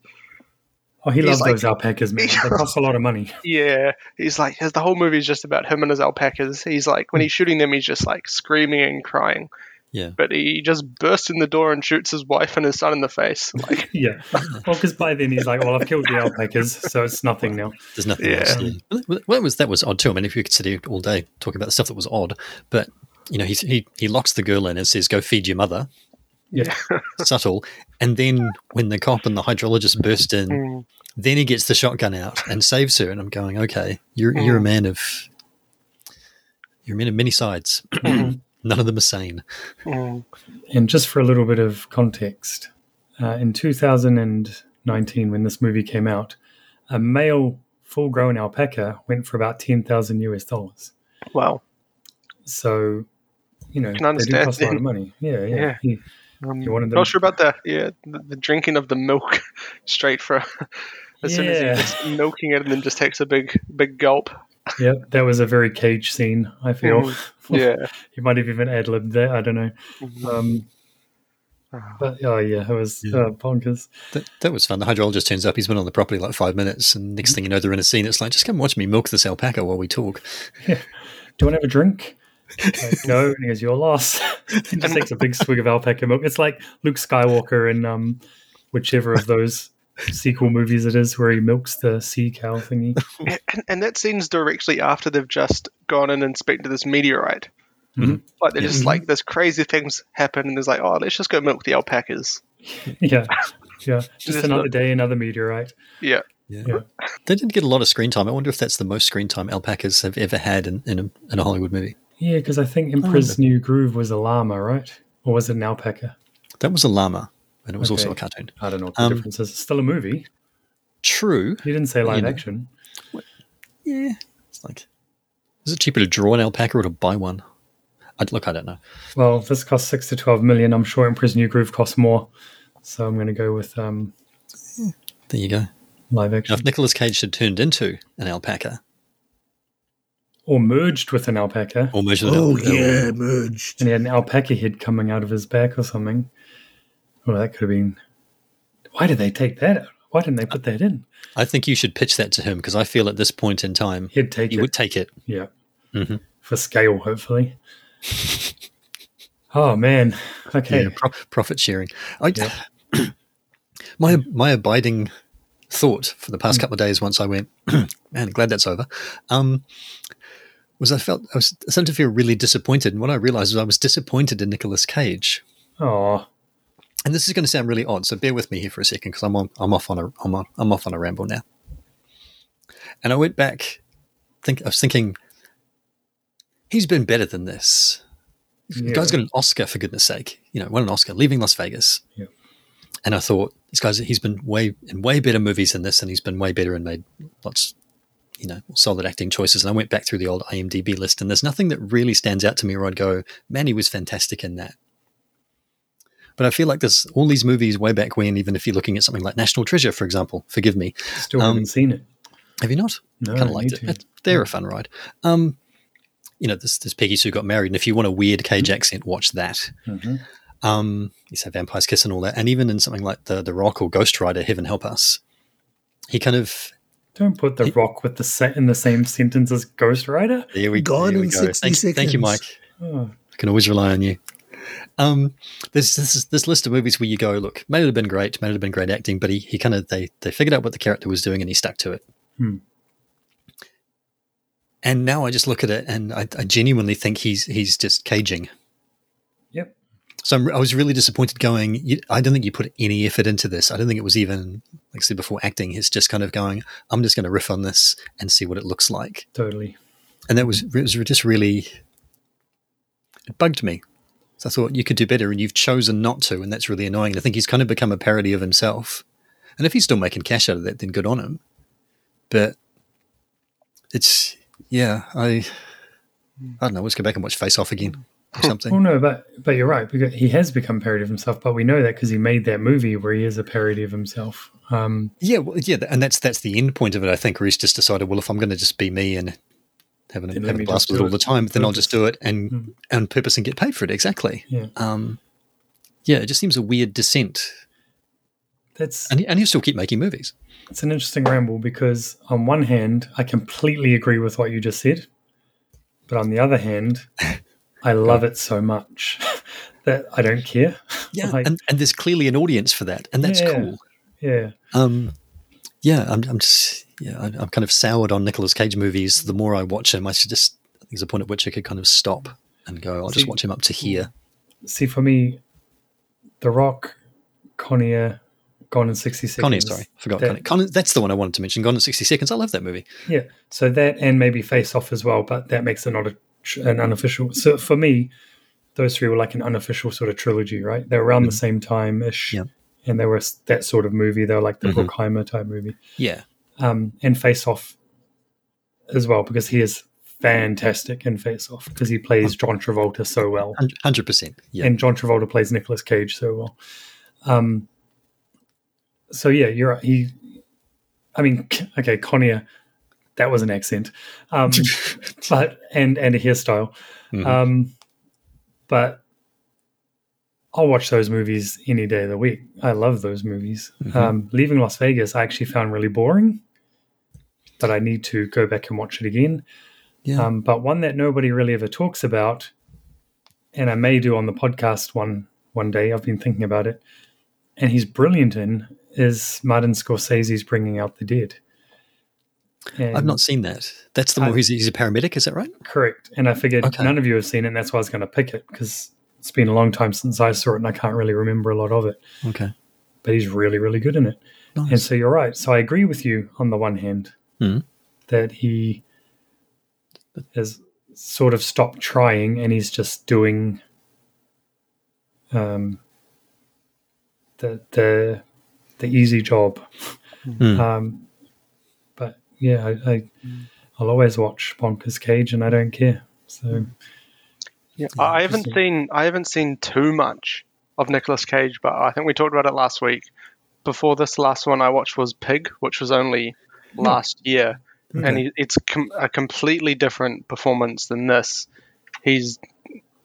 S11: Oh, he
S10: He's
S11: loves
S10: like-
S11: those alpacas, man. They cost a lot of money.
S10: Yeah, he's like his, the whole movie is just about him and his alpacas. He's like when he's shooting them, he's just like screaming and crying.
S12: Yeah.
S10: But he just bursts in the door and shoots his wife and his son in the face. Like,
S11: Yeah. Well, because by then he's like, well, I've killed the alpacas, so it's nothing now.
S12: There's nothing
S10: Yeah.
S12: else. Yeah. Well, that was that was odd too. I mean, if you could sit here all day talking about the stuff that was odd, but you know, he he, he locks the girl in and says, "Go feed your mother."
S11: Yeah.
S12: subtle. And then when the cop and the hydrologist burst in,
S10: Mm.
S12: then he gets the shotgun out and saves her. And I'm going, okay, you're you're a man of you're a man of many sides. None of them are sane.
S11: And just for a little bit of context, uh, in 2019, when this movie came out, a male full grown alpaca went for about 10,000 US dollars.
S10: wow.
S11: So, you know,
S10: Can
S11: they do
S10: understand
S11: cost a lot of
S10: then.
S11: money. Yeah, yeah.
S10: Yeah.
S11: He-
S10: Um,
S11: You wanted them-
S10: Not sure about the yeah the, the drinking of the milk straight from as soon as
S11: Yeah.
S10: he's just milking it and then just takes a big big gulp.
S11: yeah, that was a very cage scene, I feel.
S10: Yeah.
S11: you might have even ad libbed that. I don't know.
S10: Hmm.
S11: Um,
S10: Ah.
S11: but oh yeah, it was Uh, bonkers.
S12: That, that was fun. The hydrologist turns up. He's been on the property like five minutes, and next thing you know, they're in a scene. It's like, just come watch me milk this alpaca while we talk.
S11: do you want to have a drink? Like, no, and he goes, your loss. and just takes a big swig of alpaca milk. It's like Luke Skywalker in um, whichever of those sequel movies it is where he milks the sea cow thingy.
S10: And, and that scene's directly after they've just gone and inspected this meteorite.
S11: Mhm.
S10: Like they're
S11: Yeah.
S10: just like this crazy things happen, and there's like, oh, let's just go milk the alpacas.
S11: yeah, yeah. Just
S10: Just
S11: another
S10: look-
S11: day, another meteorite.
S10: Yeah,
S11: Yeah.
S12: They didn't get a lot of screen time. I wonder if that's the most screen time alpacas have ever had in, in, a, in a Hollywood movie.
S11: Yeah, because I think Emperor's New Groove was a llama, right? Or was it an alpaca?
S12: That was a llama, and it was also
S11: Okay.
S12: a cartoon.
S11: I don't know what the
S12: Um,
S11: difference is. It's still a movie.
S12: True.
S11: You didn't say live
S12: know.
S11: action.
S12: Yeah. It's like, is it cheaper to draw an alpaca or to buy one? I, look, I don't know.
S11: Well, this cost six to twelve million. I'm sure Emperor's New Groove costs more, so I'm going to go with um,
S12: There you go.
S11: live
S12: Now,
S11: action.
S12: if Nicolas Cage had turned into an alpaca,
S11: or merged with an alpaca.
S12: Or merged
S2: with an Oh, alpaca. yeah, merged.
S11: And he had an alpaca head coming out of his back or something. Well, that could have been. Why did they take that? out? Why didn't they put that in?
S12: I think you should pitch that to him because I feel at this point in time
S11: he'd take
S12: he
S11: it.
S12: would take it.
S11: Yeah,
S12: hmm
S11: for scale, hopefully. oh man. Okay.
S12: Yeah, pro- profit sharing. I, my my abiding thought for the past
S11: Mm.
S12: couple of days, once I went, man, glad that's over, um, was I felt I was I started to feel really disappointed. And what I realized was I was disappointed in Nicolas Cage.
S11: Oh.
S12: And this is going to sound really odd, so bear with me here for a second because I'm on, I'm off on a I'm, on, I'm off on a ramble now. And I went back, think I was thinking, he's been better than this. The guy's got an Oscar for goodness sake. You know, won an Oscar, leaving Las Vegas.
S11: Yeah.
S12: And I thought this guy's he's been way in way better movies than this, and he's been way better and made lots, you know, solid acting choices. And I went back through the old IMDb list, and there's nothing that really stands out to me where I'd go, man, he was fantastic in that. But I feel like there's all these movies way back when, even if you're looking at something like National Treasure, for example, forgive me.
S11: Still haven't seen it.
S12: Have you not?
S11: No,
S12: kind
S11: I
S12: of liked
S11: need
S12: it. But
S11: to.
S12: They're a fun ride. Um, you know, there's, there's Peggy Sue Got Married, and if you want a weird cage accent, watch that.
S11: Mhm.
S12: Um, you say Vampire's Kiss and all that. And even in something like The, the Rock or Ghost Rider, Heaven Help Us, he kind of.
S11: Don't put the rock with the sa- in the same sentence as Ghost Rider.
S12: There we,
S2: Gone
S12: there we
S2: in
S12: go.
S2: 60
S12: Thank, thank
S2: seconds.
S12: you, Mike.
S11: Oh,
S12: I can always rely on you. Um, there's this this list of movies where you go, look, may it have been great, may it have been great acting, but he, he kind of they they figured out what the character was doing and he stuck to it.
S11: Hmm.
S12: And now I just look at it and I, I genuinely think he's he's just caging.
S11: Yep.
S12: So I'm, I was really disappointed. Going, you, I don't think you put any effort into this. I don't think it was even like I said before acting. It's just kind of going. I'm just going to riff on this and see what it looks like.
S11: totally.
S12: And that was it was just really it bugged me. So I thought you could do better, and you've chosen not to, and that's really annoying. And I think he's kind of become a parody of himself. And if he's still making cash out of that, then good on him. But it's yeah, I I don't know. Let's go back and watch Face Off again or
S11: Well,
S12: something.
S11: no, but but you're right because he has become parody of himself. But we know that because he made that movie where he is a parody of himself. Um,
S12: Yeah, well, yeah, and that's that's the end point of it. I think where he's just decided, well, if I'm going to just be me and having a,
S11: Then let
S12: having
S11: me
S12: a blast
S11: just
S12: with it
S11: do
S12: all
S11: it
S12: the time, then I'll just do it and
S11: Mm.
S12: and purpose and get paid for it. Exactly.
S11: yeah,
S12: Um, yeah, it just seems a weird descent,
S11: that's
S12: and he, and he'll still keep making movies.
S11: it's an interesting ramble because on one hand I completely agree with what you just said, but on the other hand, I love it so much that I don't care.
S12: Yeah,
S11: Like,
S12: and, and there's clearly an audience for that, and that's
S11: Yeah.
S12: cool.
S11: yeah,
S12: Um, yeah, I'm, I'm just yeah, I'm, I'm kind of soured on Nicolas Cage movies. The more I watch him, I should just I think there's a point at which I could kind of stop and go, I'll just
S11: See-
S12: watch him up to here.
S11: see for me, The Rock, Connier, Gone in sixty seconds.
S12: Connie, sorry, forgot
S11: That-
S12: Connie. Connie. That's the one I wanted to mention. Gone in sixty seconds. I love that movie.
S11: Yeah, so that and maybe Face Off as well, but that makes it not a, tr- an unofficial. So for me, those three were like an unofficial sort of trilogy, right? They're around the
S12: Mm-hmm.
S11: same time ish,
S12: Yeah.
S11: and they were s- that sort of movie. They were like the
S12: Mhm.
S11: Bruckheimer type movie,
S12: Yeah,
S11: um, and Face Off as well because he is fantastic in Face Off because he plays John Travolta so well,
S12: hundred percent. Yeah,
S11: and John Travolta plays Nicolas Cage so well. Um, so yeah, you're right. He, I mean, okay, Connier, that was an accent, um, but and and a hairstyle,
S12: Mhm.
S11: um, but I'll watch those movies any day of the week. I love those movies.
S12: Mm-hmm.
S11: Um, Leaving Las Vegas, I actually found really boring, but I need to go back and watch it again.
S12: yeah.
S11: Um, but one that nobody really ever talks about, and I may do on the podcast one one day. I've been thinking about it, and he's brilliant in is Martin Scorsese's Bringing Out the Dead. And,
S12: I've not seen that. That's the
S11: I-
S12: one where he's, he's a paramedic. Is that right?
S11: correct, and I figured
S12: Okay.
S11: none of you have seen it, and that's why I was going to pick it because it's been a long time since I saw it, and I can't really remember a lot of it.
S12: Okay.
S11: But he's really, really good in it. And
S12: Nice.
S11: so you're right. So I agree with you on the one hand
S12: Mhm.
S11: that he has sort of stopped trying and he's just doing um, the the the easy job.
S12: Mhm.
S11: Um, but yeah, I, I I'll always watch Bonkers Cage and I don't care.
S12: Hmm.
S11: So
S10: Yeah, I haven't seen I haven't seen too much of Nicolas Cage, but I think we talked about it last week. Before this last one I watched was Pig, which was only last year, Hmm. Okay. And he, it's com- a completely different performance than this. He's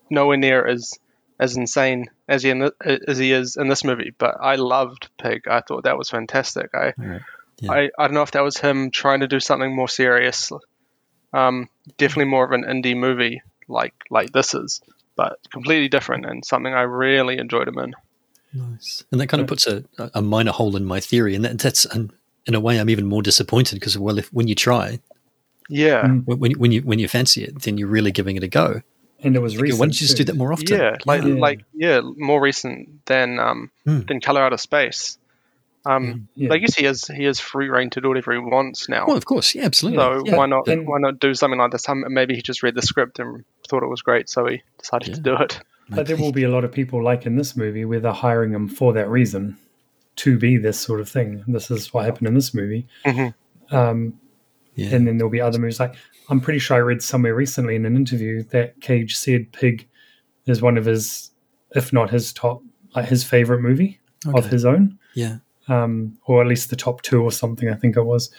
S10: nowhere near as as insane as he in the, as he is in this movie. But I loved Pig. I thought that was fantastic. I, right. yeah. I I don't know if that was him trying to do something more serious. Um, definitely more of an indie movie like like this is, but completely different and something I really enjoyed him in.
S12: Nice, and that kind of puts a, a minor hole in my theory, and that, that's and in a way I'm even more disappointed because well, if when you try,
S10: yeah,
S12: when, when you when you fancy it, then you're really giving it a go
S11: and it was recent.
S12: Why don't you just do that more often?
S10: Yeah, like yeah. like yeah, more recent than um mm. than Color Out of Space.
S2: Mm-hmm.
S10: Um, yeah. I guess he has he has free reign to do whatever he wants now.
S12: Well, Oh, of course, yeah, absolutely.
S10: So
S12: yeah.
S10: why not and, why not do something like this? Um, maybe he just read the script and thought it was great, so he decided to do it.
S11: But there will be a lot of people like in this movie where they're hiring him for that reason to be this sort of thing. This is what happened in this movie.
S10: Mm-hmm.
S11: Um, and then there'll be other movies like I'm pretty sure I read somewhere recently in an interview that Cage said Pig is one of his, if not his top, like his favorite movie okay. of his own.
S12: Yeah.
S11: Um, or at least the top two or something, I think it was.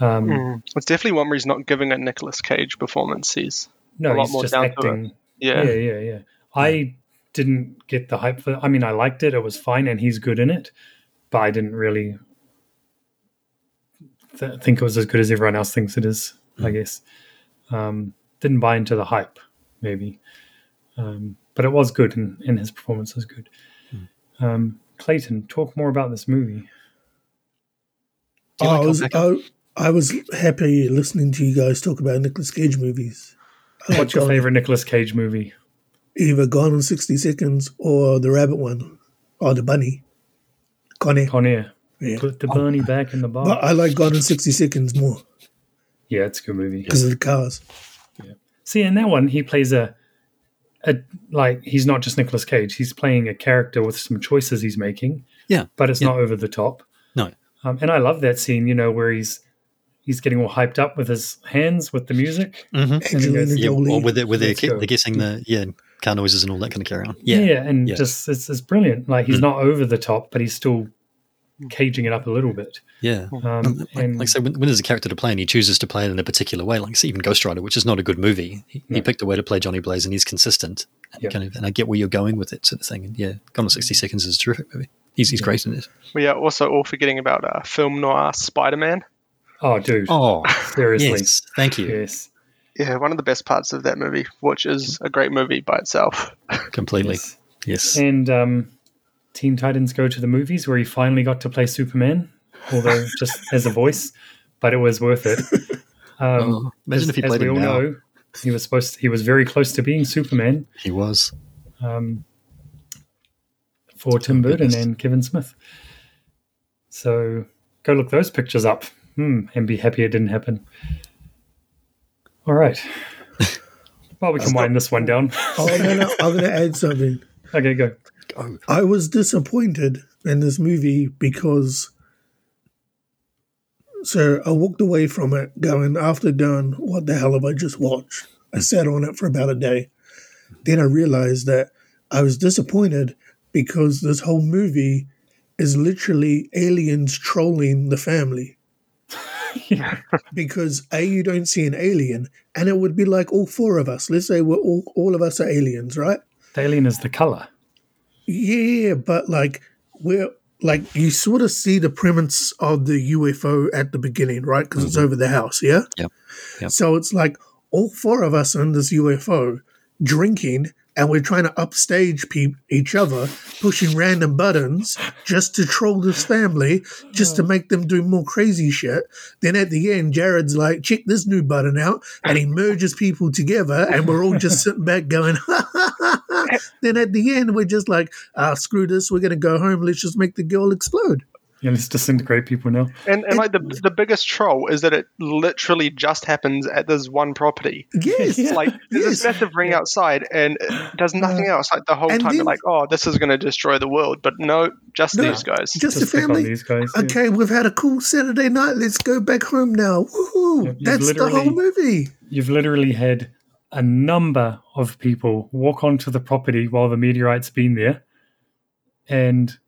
S11: Um,
S10: mm. It's definitely one where he's not giving a Nicolas Cage performance. He's
S11: no, he's just acting.
S10: Yeah.
S11: yeah. yeah, yeah, yeah. I didn't get the hype for. I mean, I liked it; it was fine, and he's good in it. But I didn't really th- think it was as good as everyone else thinks it is. I guess. Um, didn't buy into the hype, maybe. Um, but it was good, and, and his performance was good. Mm. Um, Clayton, talk more about this movie.
S2: Oh, like I, was, I, I, was happy listening to you guys talk about Nicolas Cage movies.
S11: I What's your Gone, favorite Nicolas Cage movie?
S2: Either Gone in 60 Seconds or the rabbit one, or the bunny. Con Air.
S11: Con Air.
S2: Yeah.
S11: Put the bunny oh. back in the box.
S2: But I like Gone in 60 Seconds more.
S11: Yeah, it's a good movie
S2: because of the cars.
S11: Yeah. See, in that one, he plays a, a like he's not just Nicolas Cage. He's playing a character with some choices he's making.
S12: Yeah,
S11: but it's
S12: yeah.
S11: not over the top.
S12: No.
S11: Um, and I love that scene. You know where he's he's getting all hyped up with his hands with the music.
S12: Mm-hmm.
S2: And goes,
S12: yeah, or with it, with the, the guessing the yeah car noises and all that kind of carry on. Yeah, Mm-hmm.
S11: yeah, and yeah. just it's, it's brilliant. Like he's mm. not over the top, but he's still caging it up a little bit.
S12: Yeah. Um, like, and, like I say, when, when, there's a character to play and he chooses to play it in a particular way, like say, even Ghost Rider, which is not a good movie, he, no. he picked a way to play Johnny Blaze and he's consistent. And, yeah. kind of, and I get where you're going with it, sort of thing. And yeah, Gone in 60 Seconds is a terrific movie. He's, he's yeah. great in it.
S10: We are also all forgetting about uh, film noir Spider Man.
S11: Oh, dude.
S12: Oh,
S11: seriously.
S12: Yes. Thank you.
S11: Yes.
S10: Yeah, one of the best parts of that movie, which is a great movie by itself.
S12: Completely. yes. yes.
S11: And, um, Teen Titans Go to the Movies, where he finally got to play Superman, although just as a voice, but it was worth it.
S12: Um, oh, imagine as, if he played
S11: as we all
S12: now.
S11: know, he was supposed to, he was very close to being Superman.
S12: He was.
S11: Um, for Tim Burton and Kevin Smith. So go look those pictures up hmm, and be happy it didn't happen. All right. Well, we can wind this one down.
S2: oh, no, no, I'm going to add something.
S11: Okay, go.
S2: Go. I was disappointed in this movie because. So I walked away from it going, after done, what the hell have I just watched? I sat on it for about a day. Then I realized that I was disappointed because this whole movie is literally aliens trolling the family.
S11: yeah.
S2: Because A, you don't see an alien, and it would be like all four of us. Let's say we're all, all of us are aliens, right?
S11: The alien is the color.
S2: Yeah, but like we're like you sort of see the premise of the UFO at the beginning, right? Because mm-hmm. it's over the house, yeah.
S12: Yep. yep.
S2: So it's like all four of us in this UFO drinking, and we're trying to upstage pe- each other, pushing random buttons just to troll this family, just
S12: Mm.
S2: to make them do more crazy shit. Then at the end, Jared's like, "Check this new button out," and he merges people together, and we're all just sitting back going. then at the end, we're just like, ah, screw this. We're going to go home. Let's just make the girl explode.
S11: Yeah, let's disintegrate people now.
S10: And, and it, like the, the biggest troll is that it literally just happens at this one property.
S2: Yes.
S10: It's like there's yes. this massive ring yeah. outside and it does nothing yeah. else. Like the whole and time, then, you're like, oh, this is going to destroy the world. But no, just no, these guys.
S2: Just, just the family.
S11: These guys,
S2: okay, yeah. we've had a cool Saturday night. Let's go back home now. Woohoo. That's the whole movie.
S11: You've literally had a number of people walk onto the property while the meteorite's been there and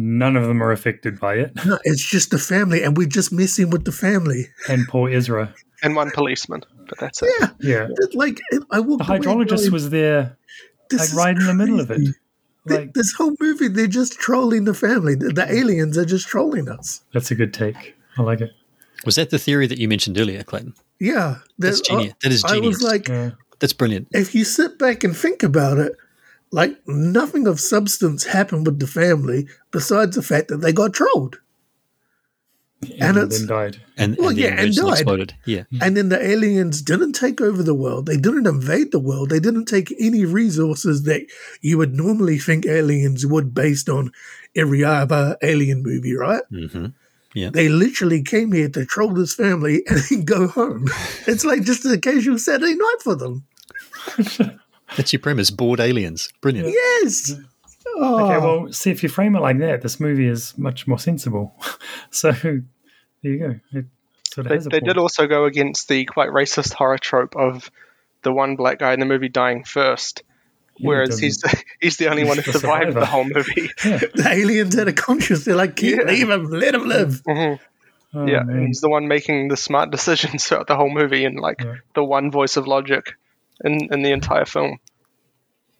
S11: None of them are affected by it.
S2: No, it's just the family, and we're just messing with the family.
S11: And poor Ezra.
S10: and one policeman, but that's
S2: it. Yeah,
S11: yeah.
S2: Like I walked.
S11: The hydrologist
S2: away going,
S11: was there, like
S2: is
S11: right in the middle of it.
S2: crazy. Th-
S11: Like
S2: this whole movie, they're just trolling the family. The, the aliens are just trolling us.
S11: that's a good take. I like it.
S12: Was that the theory that you mentioned earlier, Clayton?
S2: Yeah,
S12: That's
S2: that-
S12: genius. That is
S2: I was
S12: genius.
S2: like,
S12: That's brilliant.
S2: if you sit back and think about it, like nothing of substance happened with the family besides the fact that they got trolled. And it's-
S11: then died.
S12: And,
S2: Well,
S12: and
S2: yeah,
S12: the
S2: and
S12: original
S2: died.
S12: exploded. Yeah.
S2: And then the aliens didn't take over the world. They didn't invade the world. They didn't take any resources that you would normally think aliens would based on every other alien movie, right?
S12: Mm-hmm. Yeah.
S2: They literally came here to troll this family and then go home. It's like just an occasional Saturday night for them.
S12: That's your premise. Bored aliens. Brilliant.
S2: Yes. Oh.
S11: Okay, well, see if you frame it like that, this movie is much more sensible. so there you go. It sort of
S10: They,
S11: has a
S10: they
S11: point.
S10: did also go against the quite racist horror trope of the one black guy in the movie dying first,
S11: Yeah,
S10: whereas
S11: doesn't-
S10: he's he's the only one who
S11: the
S10: survived
S11: survivor.
S10: the whole movie.
S2: the aliens had a conscience. They're like, keep,
S10: Yeah.
S2: leave him, let him live.
S10: Mhm.
S11: Oh,
S10: yeah,
S11: man.
S10: and he's the one making the smart decisions throughout the whole movie, and like the one voice of logic in in the entire film.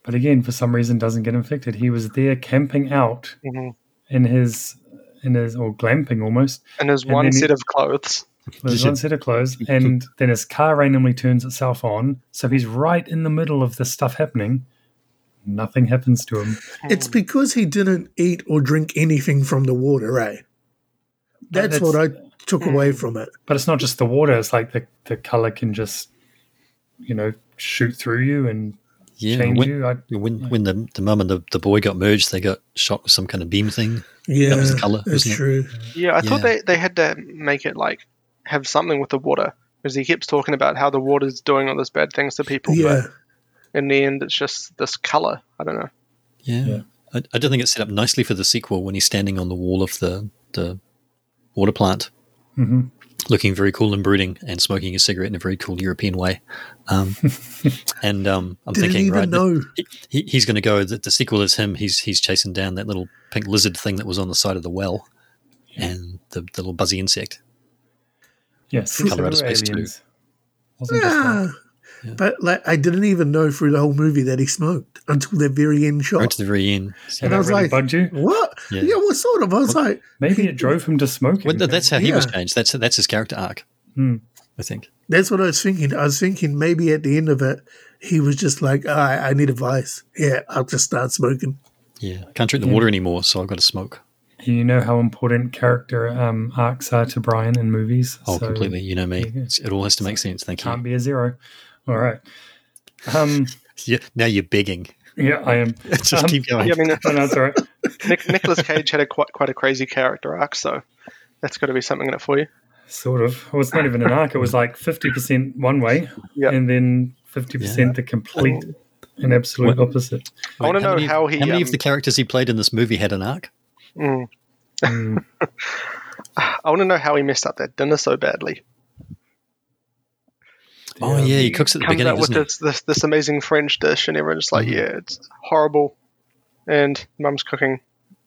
S11: But again, for some reason, doesn't get infected. He was there camping out
S10: Mhm.
S11: in his in his or glamping almost
S10: And there's
S11: And
S10: one
S11: then he-
S10: set of clothes.
S11: with his one set of clothes, and then his car randomly turns itself on. So he's right in the middle of this stuff happening. Nothing happens to him.
S2: It's because he didn't eat or drink anything from the water, right?
S11: But
S2: That's
S11: that's-
S2: what I took away from it.
S11: But it's not just the water. It's like the the color can just you know shoot through you and
S12: Yeah.
S11: change
S12: when,
S11: you. I,
S12: when, when the, the mum and the, the boy got merged, they got shot with some kind of beam thing.
S2: Yeah,
S12: That was the color,
S2: That's
S12: wasn't it?
S2: true.
S10: Yeah, I thought
S12: Yeah.
S10: they, they had to make it like have something with the water because he keeps talking about how the water's doing all those bad things to people.
S2: Yeah,
S10: But in the end, it's just this color. I don't know.
S12: Yeah. I, I don't think it's set up nicely for the sequel when he's standing on the wall of the, the water plant,
S11: Mhm.
S12: looking very cool and brooding and smoking a cigarette in a very cool European way. Um, and um, I'm
S2: Didn't
S12: thinking,
S2: even
S12: right,
S2: know.
S12: he- he, he's going to go. The, the sequel is him. He's he's chasing down that little pink lizard thing that was on the side of the well, and the, the little buzzy insect.
S11: Yes,
S12: Color
S11: there
S12: out of
S11: were
S12: space too.
S11: aliens. Wasn't just like-
S2: yeah. But like, I didn't even know through the whole movie that he smoked until the very end shot.
S12: Right to the very end. So-
S2: And
S11: And
S2: I
S11: that
S2: was
S11: really
S2: like,
S11: bugged you?
S2: What?
S12: Yeah.
S2: Yeah. what sort of? I was like,
S11: Maybe it drove him to smoking.
S12: Well, th- that's how he was
S2: Yeah.
S12: changed. That's that's his character arc,
S11: Hmm.
S12: I think.
S2: that's what I was thinking. I was thinking maybe at the end of it, he was just like, "Ah, I need advice. Yeah, I'll just start smoking.
S12: Yeah, I can't drink the
S11: Yeah.
S12: water anymore, so I've got to smoke.
S11: You know how important character um, arcs are to Brian in movies.
S12: Oh,
S11: so
S12: completely. You know me.
S11: there you go.
S12: It's- It all has to make sense. Thank
S11: Can't
S12: you.
S11: be a zero. All right. Um,
S12: Yeah, now you're begging.
S11: yeah, I am.
S12: Just
S11: Um,
S12: keep going.
S10: Yeah, I mean,
S11: Oh, no, that's all right.
S10: Nic- Nicolas Cage had a quite quite a crazy character arc, so that's got to be something in it for you.
S11: Sort of. Well, it's not even an arc. It was like 50% one way
S10: Yeah.
S11: and then 50% the complete and absolute
S12: What-
S11: opposite.
S10: I want to
S12: Wait,
S10: know
S12: many of-
S10: how he.
S12: How many
S10: um,
S12: of the characters he played in this movie had an arc?
S10: mm,
S11: Mm.
S10: I want to know how he messed up that dinner so badly.
S12: oh yeah, he cooks at the
S10: Comes
S12: beginning,
S10: out with
S12: doesn't he? Mm-hmm.
S10: this, this this amazing French dish, and everyone's just like, "Yeah, it's horrible," and Mum's cooking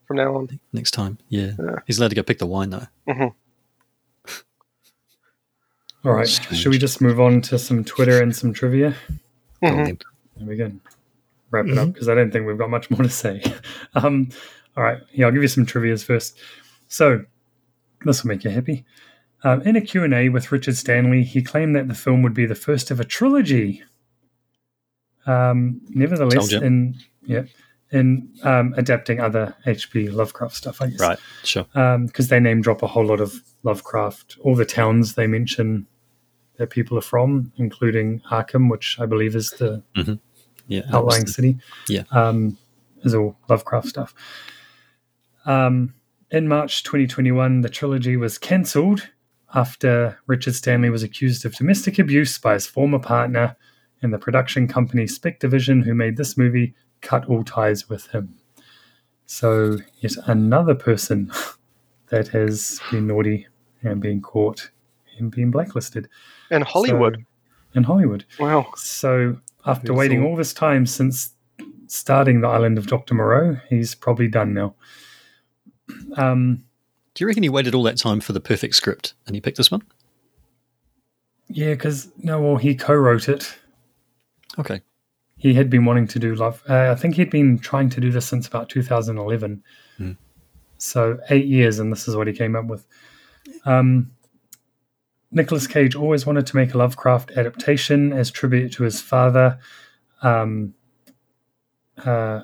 S10: from now on.
S12: Next time, yeah.
S10: Yeah.
S12: he's allowed to go pick the wine though.
S11: All right. Should we just move on to some Twitter and some trivia?
S12: Go
S10: Mm-hmm.
S12: on then.
S11: There we go. Wrap it up because I don't think we've got much more to say. um, all right, yeah, I'll give you some trivia's first. So this will make you happy. Um, in a Q&A with Richard Stanley, he claimed that the film would be the first of a trilogy. Um, nevertheless,
S12: Told ya.
S11: in yeah, in um, adapting other H.P. Lovecraft stuff, I guess
S12: Right, sure.
S11: because they name drop a whole lot of Lovecraft, all the towns they mention that people are from, including Arkham, which I believe is the
S12: Yeah, that was
S11: outlying
S12: the-
S11: city.
S12: yeah.
S11: Um, is all Lovecraft stuff. Um, in March 2021, the trilogy was cancelled after Richard Stanley was accused of domestic abuse by his former partner and the production company Spec Division, who made this movie, cut all ties with him. So, yet another person that has been naughty and been caught and been blacklisted.
S10: And
S11: So-
S10: Hollywood,
S11: in Hollywood.
S10: wow,
S11: So after
S12: Who
S11: waiting
S12: thought-
S11: all this time since starting the island of Dr. Moreau, he's probably done now. Um,
S12: Do you reckon he waited all that time for the perfect script and he picked this one?
S11: yeah, because no, well, he co-wrote it.
S12: Okay.
S11: He had been wanting to do love. Uh, I think he'd been trying to do this since about 2011.
S12: Hmm.
S11: So eight years, and this is what he came up with. Um, Nicholas Cage always wanted to make a Lovecraft adaptation as tribute to his father. Um, uh,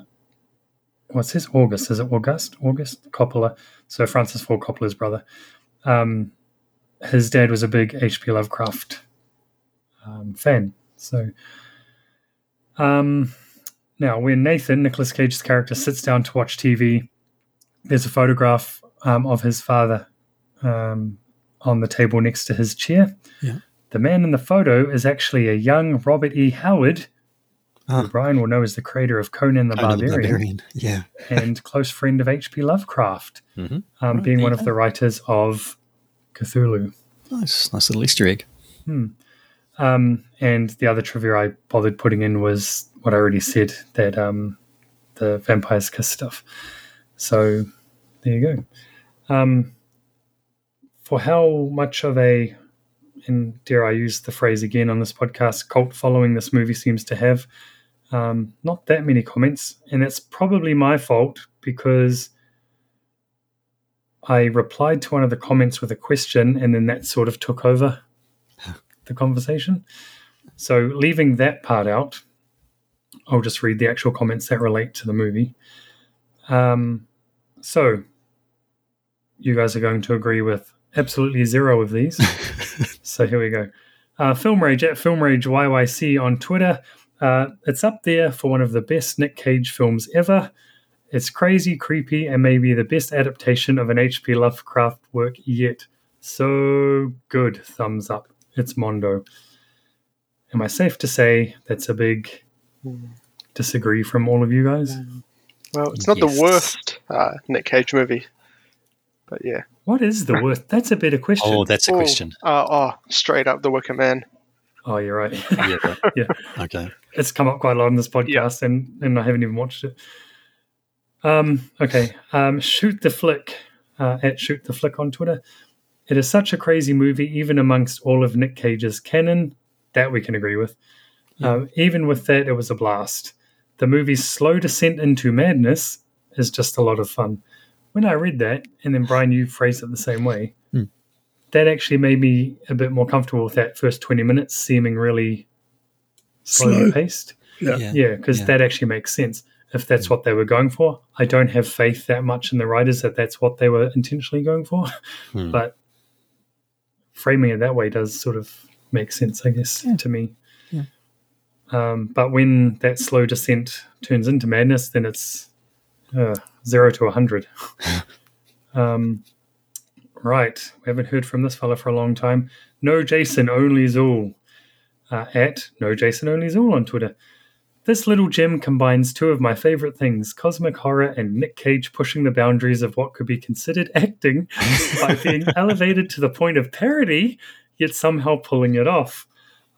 S11: what's his August? Is it August? August Coppola. So Francis Ford Coppola's brother. Um, his dad was a big H.P. Lovecraft um, fan. So um, now, when Nathan, Nicolas Cage's character, sits down to watch TV, there's a photograph um, of his father um, on the table next to his chair.
S12: Yeah.
S11: The man in the photo is actually a young Robert E. Howard, who Brian will know as the creator of Ah. Conan the
S12: Conan the
S11: Barbarian,
S12: Barbarian, yeah.
S11: and close friend of H.P. Lovecraft,
S12: Mhm.
S11: um,
S12: Right,
S11: being
S12: there
S11: one
S12: you
S11: of
S12: go.
S11: the writers of Cthulhu.
S12: Nice, nice little Easter egg.
S11: Hmm. Um, and the other trivia I bothered putting in was what I already said that um, the vampires kiss stuff. So there you go. Um, for how much of a, and dare I use the phrase again on this podcast, cult following this movie seems to have, um, not that many comments. And that's probably my fault because I replied to one of the comments with a question and then that sort of took over the conversation. So, leaving that part out, I'll just read the actual comments that relate to the movie. Um, so, you guys are going to agree with absolutely zero of these. so, here we go. Uh, Film Rage at Film Rage YYC on Twitter. Uh, it's up there for one of the best Nick Cage films ever. It's crazy, creepy, and maybe the best adaptation of an H.P. Lovecraft work yet. So good. Thumbs up. It's Mondo. Am I safe to say that's a big disagree from all of you guys?
S10: Well, it's not
S11: Yes.
S10: the worst uh, Nick Cage movie, but yeah.
S11: What is the worst? That's a better question.
S12: Oh, that's a question.
S10: Uh, oh, straight up the Wicker Man.
S11: Oh, you're right.
S12: Yeah, right.
S11: yeah.
S12: Okay.
S11: It's come up quite a lot on this podcast, and, and I haven't even watched it. Um, okay. Um, shoot the flick uh, at shoot the flick on Twitter. It is such a crazy movie, even amongst all of Nick Cage's canon. That we can agree with. Um, even with that, it was a blast. The movie's slow descent into madness is just a lot of fun. When I read that, and then Brian, you phrased it the same way,
S12: Hmm.
S11: that actually made me a bit more comfortable with that first 20 minutes seeming really slowly
S2: Slow.
S11: paced.
S2: Yeah.
S12: Yeah.
S11: Yeah, because
S12: Yeah.
S11: that actually makes sense. If that's what they were going for, I don't have faith that much in the writers that that's what they were intentionally going for.
S12: Hmm.
S11: But framing it that way does sort of make sense, I guess, to me.
S12: Yeah.
S11: Um, but when that slow descent turns into madness, then it's uh, zero to a 100. um, right. We haven't heard from this fella for a long time. No Jason, only Zool. Uh, at No Jason, only Zool on Twitter. This little gem combines two of my favorite things cosmic horror and Nick Cage pushing the boundaries of what could be considered acting by being elevated to the point of parody, yet somehow pulling it off.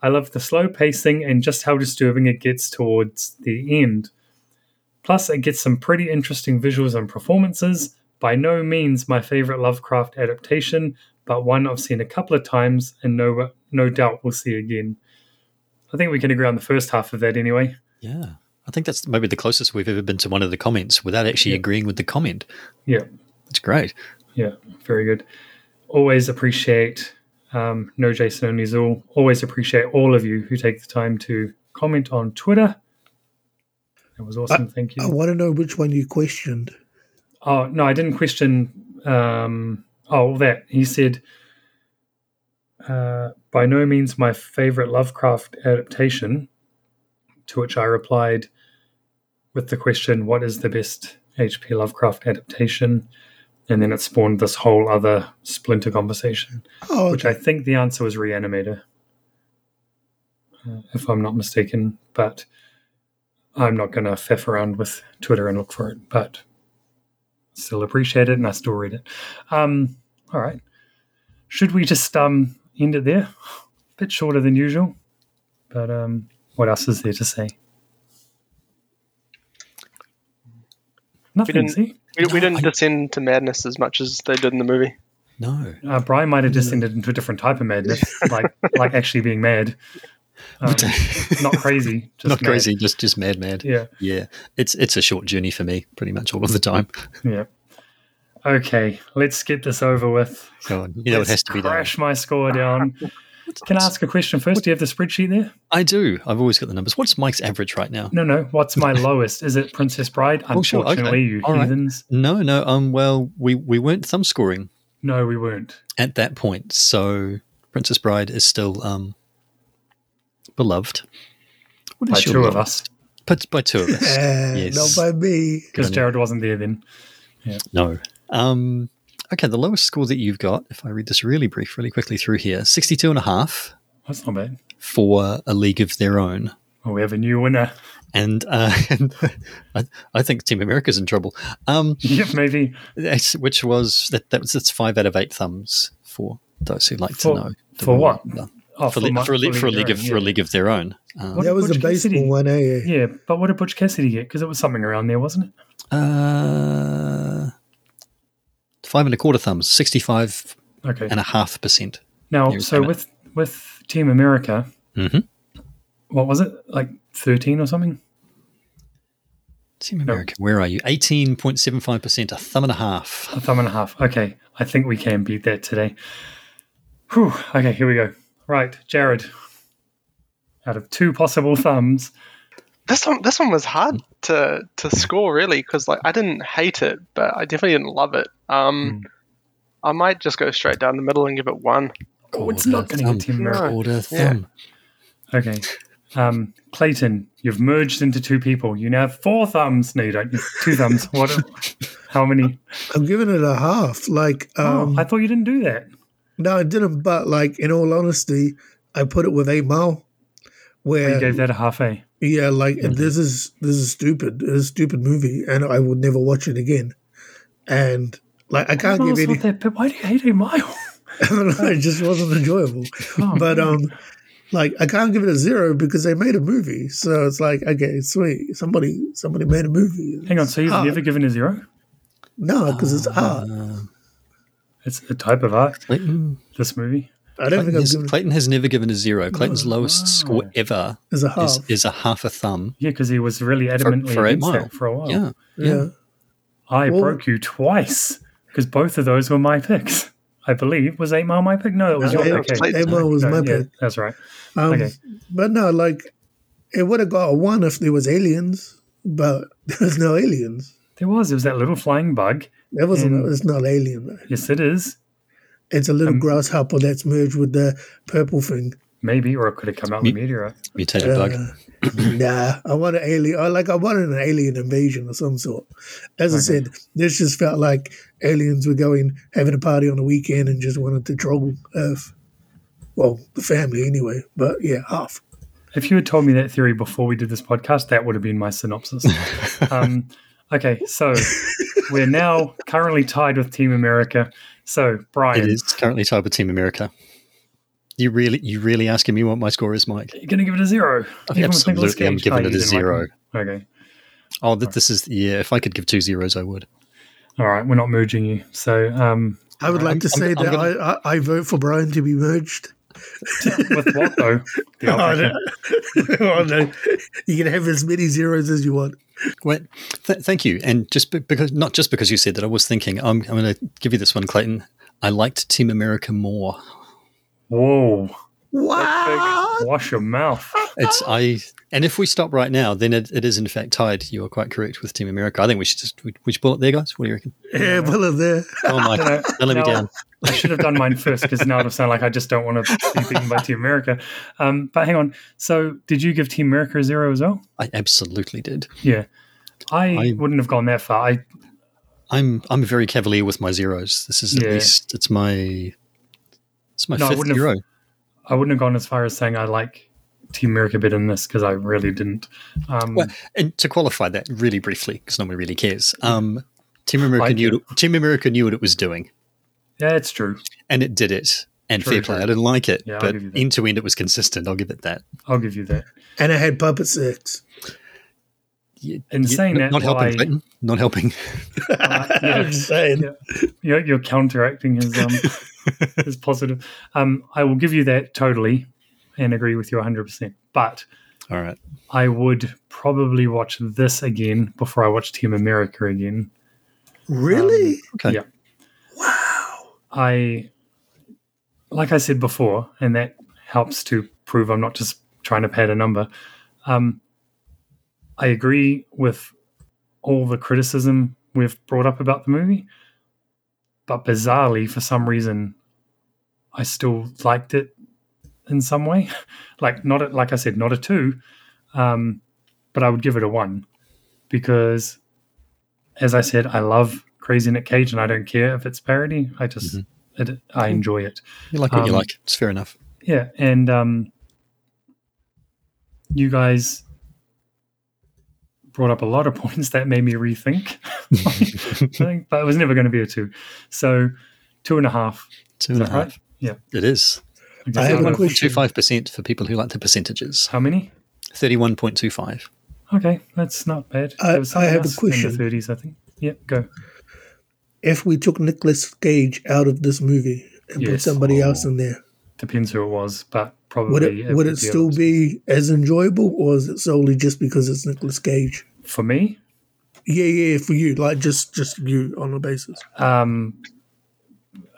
S11: I love the slow pacing and just how disturbing it gets towards the end. Plus, it gets some pretty interesting visuals and performances. By no means my favorite Lovecraft adaptation, but one I've seen a couple of times and no, no doubt will see again. I think we can agree on the first half of that anyway.
S12: Yeah. I think that's maybe the closest we've ever been to one of the comments without actually agreeing with the comment.
S11: Yeah,
S12: That's great.
S11: yeah, very good. Always appreciate um, no Jason only Zool. Always appreciate all of you who take the time to comment on Twitter. That was awesome. Thank you.
S2: I want to know which one you questioned.
S11: Oh no, I didn't question. Um, oh, that he said. Uh, by no means my favorite Lovecraft adaptation. To which I replied with the question, "What is the best H.P. Lovecraft adaptation?" And then it spawned this whole other splinter conversation,
S2: Oh,
S11: which I think the answer was Reanimator, uh, if I'm not mistaken. But I'm not going to faff around with Twitter and look for it. But still appreciate it and I still read it. Um, all right. Should we just um, end it there? bit shorter than usual, but um, what else is there to say?
S10: We
S11: Nothing,
S10: didn't,
S11: see?
S13: We, we didn't descend to madness as much as they did in the movie.
S12: No.
S11: Uh, Brian might have descended into a different type of madness, like like actually being mad, um, not crazy, just
S12: Not
S11: mad.
S12: crazy, just just mad, mad.
S11: Yeah.
S12: yeah. It's it's a short journey for me, pretty much all of the time.
S11: Yeah. Okay, let's get this over with.
S12: Go on. You know, it
S11: Let's
S12: has to be done.
S11: Crash my score down. Can I ask a question first? Do you have the spreadsheet there?
S12: I do. I've always got the numbers. What's Mike's average right now?
S11: No, no. What's my lowest? Is it Princess Bride?
S12: Oh, sure, okay.
S11: Unfortunately, you
S12: All right.
S11: heathens.
S12: No, no. Um. Well, we we weren't thumb scoring
S11: No, we weren't.
S12: at that point, so Princess Bride is still um beloved. What
S11: By
S12: is your
S11: two of
S12: lowest? But by two of us.
S10: Eh,
S12: yes.
S10: Not by
S12: Good
S10: me.
S11: Because
S12: on you.
S11: Jared wasn't there then.
S12: No. Um, okay, the lowest score that you've got, if I read this really brief, really quickly through here, 62 and a half
S11: That's not bad.
S12: for A League of Their Own.
S11: Oh, we have a new winner.
S12: And, uh, and I, I think Team America's in trouble. Um,
S11: Yep, maybe.
S12: that's- which was that, that was that's five out of eight thumbs for those who like to
S11: For-
S12: know the
S11: for
S12: real
S11: what?
S12: number.
S11: Oh,
S12: for, li-
S11: my-
S12: for a league for a league of
S11: Jared,
S12: for a
S11: yeah.
S12: league of their own. Um,
S11: What
S10: That
S11: did
S10: was a
S11: Butch Cassidy-
S10: baseball one, eh?
S11: Yeah, but what did Butch Cassidy get? Because it was something around there, wasn't it?
S12: uh, five and a quarter thumbs, sixty-five
S11: Okay.
S12: and a half percent.
S11: Now,
S12: Here's
S11: so
S12: Emmett.
S11: with with Team America,
S12: Mhm.
S11: what was it like thirteen or something?
S12: Team America, where are you? Eighteen point seven five percent, a thumb and a half.
S11: A thumb and a half. Okay, I think we can beat that today. Whew. Okay, here we go. Right, Jared. Out of two possible thumbs,
S13: This one, this one was hard to to score really because like I didn't hate it, but I definitely didn't love it. Um, I might just go straight down the middle and give it one.
S11: oh, it's not going to
S12: thumb.
S11: get Team America.
S12: Quarter
S13: Yeah.
S12: thumb.
S11: Okay. Um, Clayton, you've merged into two people. You now have four thumbs. No, you don't. You have two thumbs. What? How many?
S10: I'm giving it a half. Like, um,
S11: oh, I thought you didn't do that.
S10: no, I didn't. But like, in all honesty, I put it with a mile.
S11: You
S10: Where
S11: gave that a half A.
S10: yeah, like this is this is stupid. This is a stupid movie, and I would never watch it again. And like, I
S13: Oh,
S10: can't give
S11: Miles
S10: any.
S11: not that bad. Why do you hate a mile?
S10: I don't know, it just wasn't enjoyable.
S11: Oh,
S10: but um, like I can't give it a zero because they made a movie, so it's like okay, sweet, somebody somebody made a movie.
S11: Hang on, so you've
S10: Art.
S11: never given a zero?
S10: No, because it's art.
S11: It's a type of art.
S12: Clayton,
S11: This movie.
S10: I
S12: Clayton,
S10: don't think I've
S12: has,
S10: given it
S12: Clayton has never given a zero. Clayton's lowest score ever
S10: as a half.
S12: is, is a half a thumb
S11: Yeah, because he was really
S12: for,
S11: adamantly
S12: for eight
S11: against
S12: mile
S11: that for a while.
S12: Yeah, yeah.
S10: yeah.
S11: I
S10: Well-
S11: broke you twice because both of those were my picks. I believe was eight mile my pick. No, it was
S10: No,
S11: your
S10: eight-
S11: pick. Okay.
S10: eight mile was
S11: No,
S10: my
S11: yeah,
S10: pick.
S11: That's right.
S10: Um,
S11: Okay.
S10: But no, like it would have got a one if there was aliens, but there's no aliens.
S11: There was. It was that little flying bug.
S10: That was
S11: And-
S10: not it's not alien. man.
S11: Yes, it is.
S10: It's a
S11: Um,
S10: little grasshopper that's merged with the purple thing.
S11: Maybe, or it could have come out with a meteorite.
S12: mutated bug.
S10: Nah, I want an alien. I like I wanted an alien invasion of some sort. As I said, this just felt like aliens were going having a party on the weekend and just wanted to trouble Earth. Well, the family anyway. But yeah, half.
S11: If you had told me that theory before we did this podcast, that would have been my synopsis. um, okay, so we're now currently tied with Team America. So,
S12: It
S11: Brian,
S12: is currently tied with Team America. You really, you really asking me what my score is, Mike?
S11: you're going to give it a zero. Give him a single
S12: Absolutely, I'm
S11: sketch.
S12: giving
S11: Oh,
S12: it
S11: you
S12: a
S11: didn't like
S12: zero.
S11: it. Okay.
S12: Oh, that this is yeah. If I could give two zeros, I would.
S11: All right, we're not merging you. So, um,
S10: I would like to say
S12: I'm
S10: that
S12: gonna-
S10: I, I I vote for Brian to be merged.
S11: with what though? The alpaca.
S10: oh no, you can have as many zeros as you want.
S12: Well, th- thank you. And just be- because, not just because you said that, I was thinking I'm, I'm going to give you this one, Clayton. I liked Team America more.
S11: Whoa!
S10: Wow.
S11: Wash your mouth.
S12: It's I, and if we stop right now, then it, it is in fact tied. You are quite correct with Team America. I think we should just we, we should pull it there, guys. What do you reckon?
S10: Yeah, well, of there.
S12: Oh my,
S11: No,
S12: don't let me
S11: no,
S12: down.
S11: I should have done mine first because now it'll sound like I just don't want to be beaten by Team America. Um, but hang on. So, did you give Team America a zero as well?
S12: I absolutely did.
S11: Yeah. I,
S12: I-
S11: wouldn't have gone that far. I
S12: I'm I'm very cavalier with my zeros. This is at
S11: Yeah.
S12: least it's my it's my
S11: No, I
S12: fifth
S11: wouldn't have-
S12: zero.
S11: I wouldn't have gone as far as saying I like Team America better than this because I really didn't. Um,
S12: Well, and to qualify that really briefly, because nobody really cares. Um, Team America
S11: Like
S12: knew what it- Team America knew what it was doing,
S11: yeah, it's true.
S12: and it did it. And
S11: True,
S12: fair play,
S11: true.
S12: I didn't like it,
S11: Yeah, I'll
S12: but
S11: give you that.
S12: end to end, it was consistent. I'll give it that.
S11: I'll give you that.
S10: And I had puppet sex.
S11: in saying that,
S12: not helping,
S11: why-
S12: Clayton. Not helping.
S11: insane. You're, you're counteracting his um, his positive. Um, I will give you that totally, and agree with you 100. percent But
S12: All right.
S11: I would probably watch this again before I watch Team America again.
S12: Um,
S10: Really?
S12: okay.
S11: Yeah. Wow. I, like I said before, and that helps to prove I'm not just trying to pad a number. Um, I agree with all the criticism we've brought up about the movie, but bizarrely, for some reason, I still liked it in some way. like not a, like I said, not a two, um, but I would give it a one because, as I said, I love Crazy Nick Cage, and I don't care if it's parody. I just
S10: Mm-hmm.
S11: it, I enjoy it.
S12: You like what you
S11: Um,
S12: like. It's fair enough.
S11: yeah, and um, you guys brought up a lot of points that made me rethink. I think, but it was never going to be a two, so two and a half.
S12: Two
S11: Is
S12: and a
S11: that
S12: half.
S11: right? Yeah.
S12: It is.
S11: I have a question.
S12: 25% for people who like the percentages.
S11: How many?
S12: 31.25.
S11: Okay, that's not bad.
S10: I-
S11: There was something
S10: I have a
S11: else In
S10: question.
S11: the thirties, I think. Yeah, go.
S10: If we took Nicolas Cage out of this movie and put
S11: Yes.
S10: somebody else in there,
S11: Depends who it was, but probably
S10: would it would it
S11: be a-
S10: still be as enjoyable, or is it solely just because it's Nicolas Cage?
S11: for me?
S10: Yeah, yeah, for you, like just just you on the basis.
S11: Um,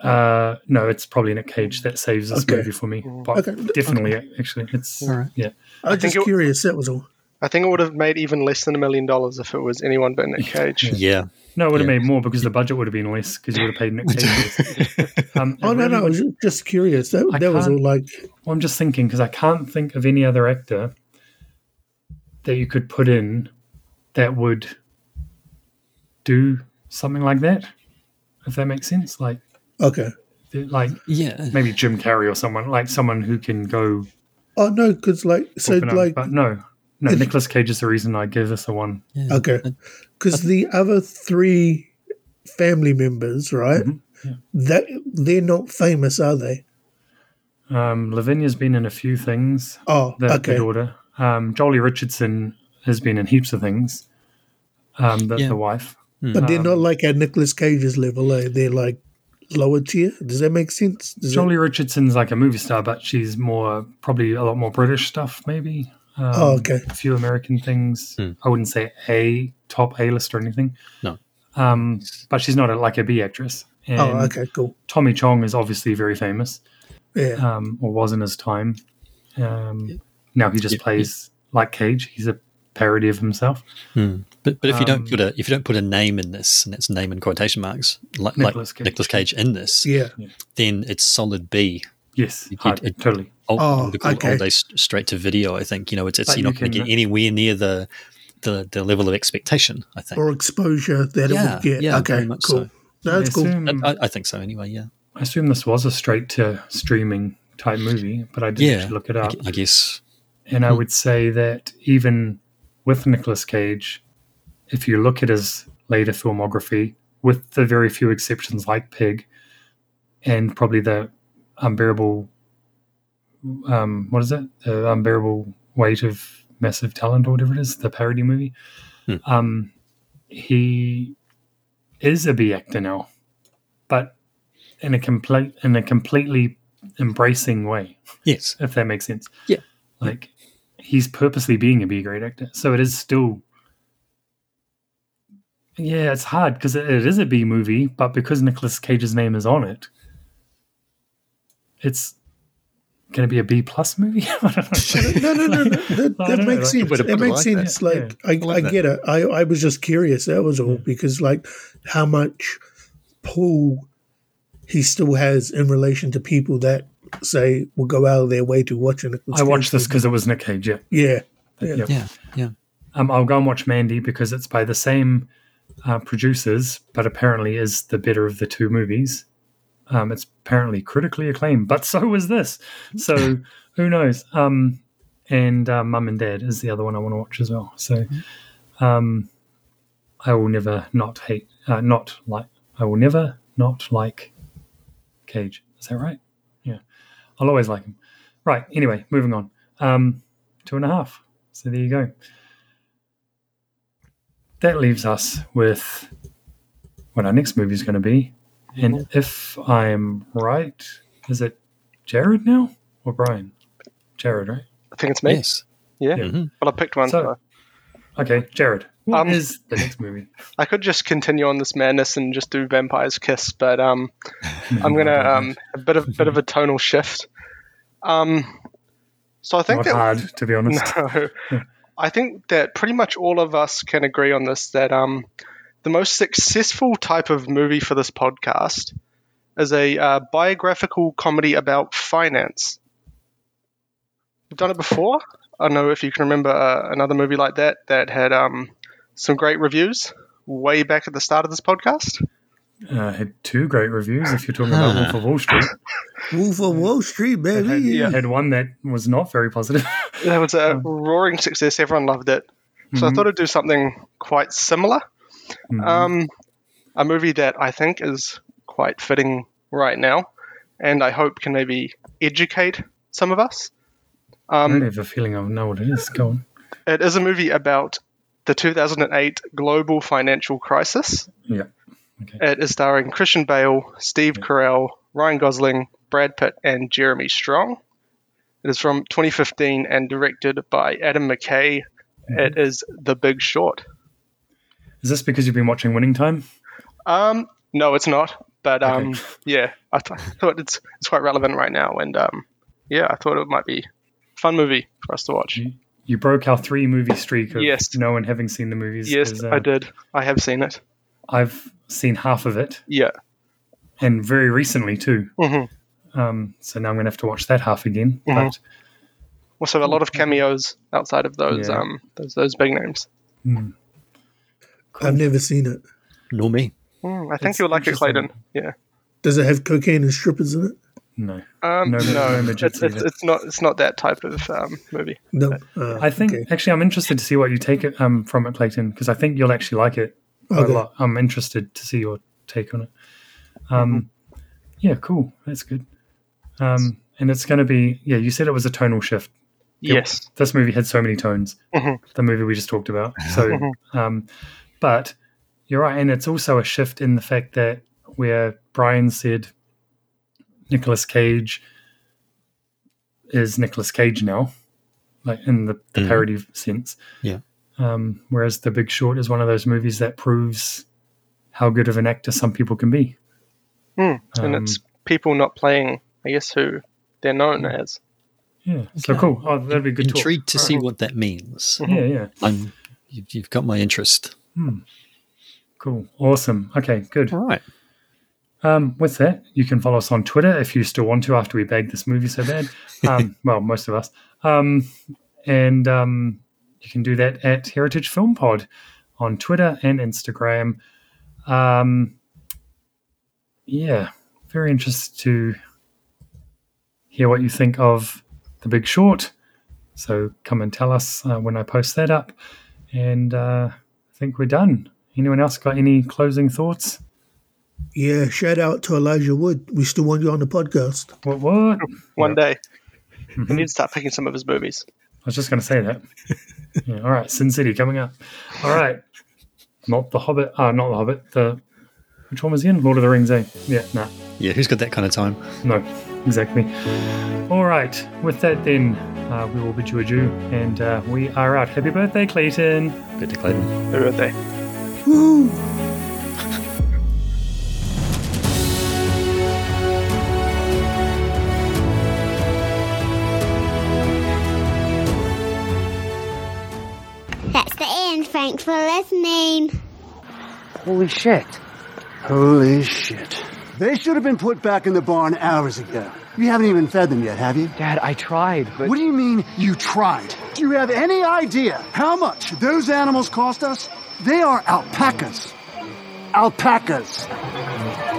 S11: uh, no, it's probably Nick Cage that saves this
S10: Okay.
S11: movie for me. But
S10: Okay.
S11: definitely,
S10: Okay.
S11: actually, it's
S10: All right.
S11: yeah.
S10: I was just curious. That was all.
S14: I think it would have made even less than a million dollars if it was anyone but Nick Cage.
S12: Yeah.
S11: No, it would have
S12: Yeah.
S11: made more because the budget would have been less because you would have paid Nick Cage. less. um,
S10: Oh no, no, I was ju- just curious. That,
S11: I
S10: that was
S11: can't-
S10: all. Like,
S11: Well, I'm just thinking because I can't think of any other actor that you could put in that would do something like that. If that makes sense, like
S10: okay.
S11: like
S12: yeah,
S11: maybe Jim Carrey or someone like someone who can go.
S10: Oh no, because like so
S11: up and up,
S10: like
S11: but no, no.
S10: If-
S11: Nicholas Cage is the reason I give this a one.
S10: Okay. Because the other three family members, right? That they're not famous, are they?
S11: Um, Lavinia's been in a few things.
S10: Oh,
S11: the,
S10: okay.
S11: the daughter. Um, Jolie Richardson has been in heaps of things. Um, the,
S12: Yeah.
S11: the wife.
S10: But they're
S11: Um,
S10: not like at Nicolas Cage's level. Eh? They're like lower tier. Does that make sense? Does that-
S11: Jolie Richardson's like a movie star, but she's more probably a lot more British stuff, maybe. Um,
S10: Oh, okay.
S11: A few American things. I wouldn't say a top A list or anything.
S12: Hmm. No.
S11: Um, but she's not a, like a B actress. And
S10: oh, okay, cool.
S11: Tommy Chong is obviously very famous,
S10: Yeah.
S11: um, or was in his time. Um, Now he just
S12: Yeah.
S11: plays like Cage. He's a parody of himself.
S12: But, but if you
S11: Um,
S12: don't put a if you don't put a name in this, and it's name in quotation marks, like Nicholas
S11: Nicolas
S12: like
S11: Cage.
S12: Nicolas Cage in this,
S10: yeah.
S12: then it's solid B.
S11: Yes,
S12: You- you-
S11: hard,
S12: it-
S11: totally.
S12: All,
S10: Oh,
S12: they call it all
S10: okay.
S12: day s- straight to video. I think you know it's, it's
S11: But
S12: you're
S11: you
S12: not going to
S11: can- uh,
S12: get anywhere near the the the level of expectation. I think.
S10: Or exposure that it
S12: yeah,
S10: would get.
S12: yeah,
S10: okay,
S12: very much
S10: cool.
S12: so.
S10: No, that's
S11: I
S10: cool.
S11: assume-
S12: I, I- I think so. Anyway, yeah,
S11: I assume this was a straight to streaming type movie, but I didn't
S12: yeah.
S11: actually look it
S12: I
S11: up.
S12: gu- I, guess.
S11: And I would say that even with Nicolas Cage, if you look at his later filmography, with the very few exceptions like Pig, and probably the unbearable, um, what is it? The unbearable weight of massive talent, or whatever it is, the parody movie.
S12: Hmm.
S11: Um, he is a B actor now, but in a complete in a completely embracing way,
S12: Yes.
S11: if that makes sense
S12: Yeah.
S11: like he's purposely being a B grade actor. So it is still yeah, it's hard because it, it is a B movie, but because Nicolas Cage's name is on it, it's going to be a B plus movie. I don't know.
S10: No, no, no, no. That,
S11: I
S10: that
S11: don't know,
S10: makes
S11: like,
S10: sense.
S12: would have
S10: It
S12: put it
S10: makes
S12: like that.
S10: sense. Like, I, I,
S12: that.
S10: get it. I, I was just curious. That was all because, like, how much pull he still has in relation to people that say will go out of their way to watch it.
S11: I watched this because it was Nick Cage. Yeah.
S10: Yeah. Yeah.
S11: Yep.
S12: Yeah. Yeah.
S11: Um, I'll go and watch Mandy because it's by the same uh, producers, but apparently is the better of the two movies. Um, it's apparently critically acclaimed, but so was this. So who knows? Um, and uh, Mum and Dad is the other one I want to watch as well. So um, I will never not hate, uh, not like, I will never not like Cage. Is that right? Yeah. I'll always like him. Right. Anyway, moving on. Um, two and a half. So there you go. that leaves us with what our next movie is going to be. And
S2: Mm-hmm.
S11: if I'm right, is it Jared now or Brian? Jared, right?
S10: I think it's me. Yes. Yeah.
S11: Mhm.
S10: Well, I picked one.
S11: So, okay, Jared. What
S10: Um,
S11: is the next movie?
S10: I could just continue on this madness and just do Vampire's Kiss, but um, I'm gonna um a bit of bit of a tonal shift. Um, so I think
S11: Not
S10: that
S11: hard, to be honest.
S10: No, I think that pretty much all of us can agree on this that um, the most successful type of movie for this podcast is a uh, biographical comedy about finance. We've done it before. I don't know if you can remember uh, another movie like that that had um, some great reviews way back at the start of this podcast.
S11: Uh, had two great reviews if you're talking about Wolf of Wall Street.
S2: Wolf of Wall Street, baby.
S11: Had, had one that was not very positive.
S10: That was a roaring success. Everyone loved it. So I
S11: Mhm.
S10: thought I'd do something quite similar.
S11: Mhm.
S10: Um, a movie that I think is quite fitting right now, and I hope can maybe educate some of us.
S11: I
S10: Um,
S11: have a feeling I know what it is. Go on.
S10: it is a movie about the 2008 global financial crisis.
S11: Yeah.
S10: It is starring Christian Bale, Steve Carell, Ryan Gosling, Brad Pitt, and Jeremy Strong. It is from 2015 and directed by Adam McKay. It is The Big Short.
S11: Is this because you've been watching Winning Time?
S10: Um, no, it's not. But um, yeah, I, th- I thought it's it's quite relevant right now, and um, yeah, I thought it might be a fun movie for us to watch.
S2: Mm-hmm.
S11: You broke our three movie streak of
S10: Yes.
S11: no one having seen the movies.
S10: Yes,
S11: 'cause, uh,
S10: I did. I have seen it.
S11: I've seen half of it
S10: Yeah.
S11: and very recently too.
S10: Mhm.
S11: Um, so now I'm going to have to watch that half again.
S10: Mhm.
S11: But
S10: Also, a
S2: Mm-hmm.
S10: lot of cameos outside of those
S11: Yeah.
S10: um those those big names.
S2: I've never seen it.
S12: Nor me.
S10: Hmm, I think
S2: It's
S10: you'll like it, Clayton.
S2: interesting.
S10: Yeah.
S2: Does it have cocaine and strippers in it?
S11: No.
S10: Um,
S11: No, no,
S10: no,
S11: no midgets
S10: it's, it's,
S11: either.
S10: it's not it's not that type of um, movie.
S2: No. uh,
S11: I think actually I'm interested to see what you take it um, from it, Clayton, because I think you'll actually like it quite
S2: Okay.
S11: a lot. I'm interested to see your take on it. Um,
S10: Mm-hmm.
S11: Yeah, cool. That's good. Um, and it's going to be yeah. You said it was a tonal shift. It-
S10: Yes.
S11: this movie had so many tones.
S10: Mhm.
S11: The movie we just talked about. So,
S10: Mhm.
S11: um, but you're right, and it's also a shift in the fact that where Brian said Nicolas Cage is Nicolas Cage now, like in the, the
S12: Mhm.
S11: parody sense.
S12: Yeah.
S11: Um, whereas The Big Short is one of those movies that proves how good of an actor some people can be.
S10: Hmm, and
S11: Um,
S10: it's people not playing. I guess who they're known
S2: Mm.
S10: as.
S11: Yeah. So cool. Oh, that'd be a good. talk.
S12: Intrigued to see
S11: Alright.
S12: what that means.
S11: Yeah, yeah.
S12: I'm, you've, you've got my interest.
S11: Hmm. Cool. Awesome. Okay, good.
S12: All right.
S11: Um, with that, you can follow us on Twitter if you still want to after we bagged this movie so bad. Um, well, most of us. Um, and um, you can do that at Heritage Film Pod on Twitter and Instagram. Um, yeah, very interested to hear what you think of The Big Short. So come and tell us uh, when I post that up. And uh, I think we're done. Anyone else got any closing thoughts?
S2: Yeah, shout out to Elijah Wood. We still want you on the podcast.
S11: What? What?
S10: One day,
S2: Mm-hmm.
S10: we need to start picking some of his movies.
S11: I was just going to say that. Yeah, all right, Sin City coming up. All right, not the Hobbit. Uh, not the Hobbit. The which one was he in? Lord of the Rings. Eh? Yeah, nah,
S12: Yeah, who's got that kind of time?
S11: no, exactly. All right, with that then, uh, we will bid you adieu, and uh, we are out. Happy birthday, Clayton.
S12: Good to Clayton.
S10: Happy birthday.
S15: That's the end. Thanks for listening.
S3: Holy shit. Holy shit. They should have been put back in the barn hours ago. You haven't even fed them yet, have you? Dad, I tried, but. What do you mean you tried? Do you have any idea how much those animals cost us? They are alpacas. Alpacas.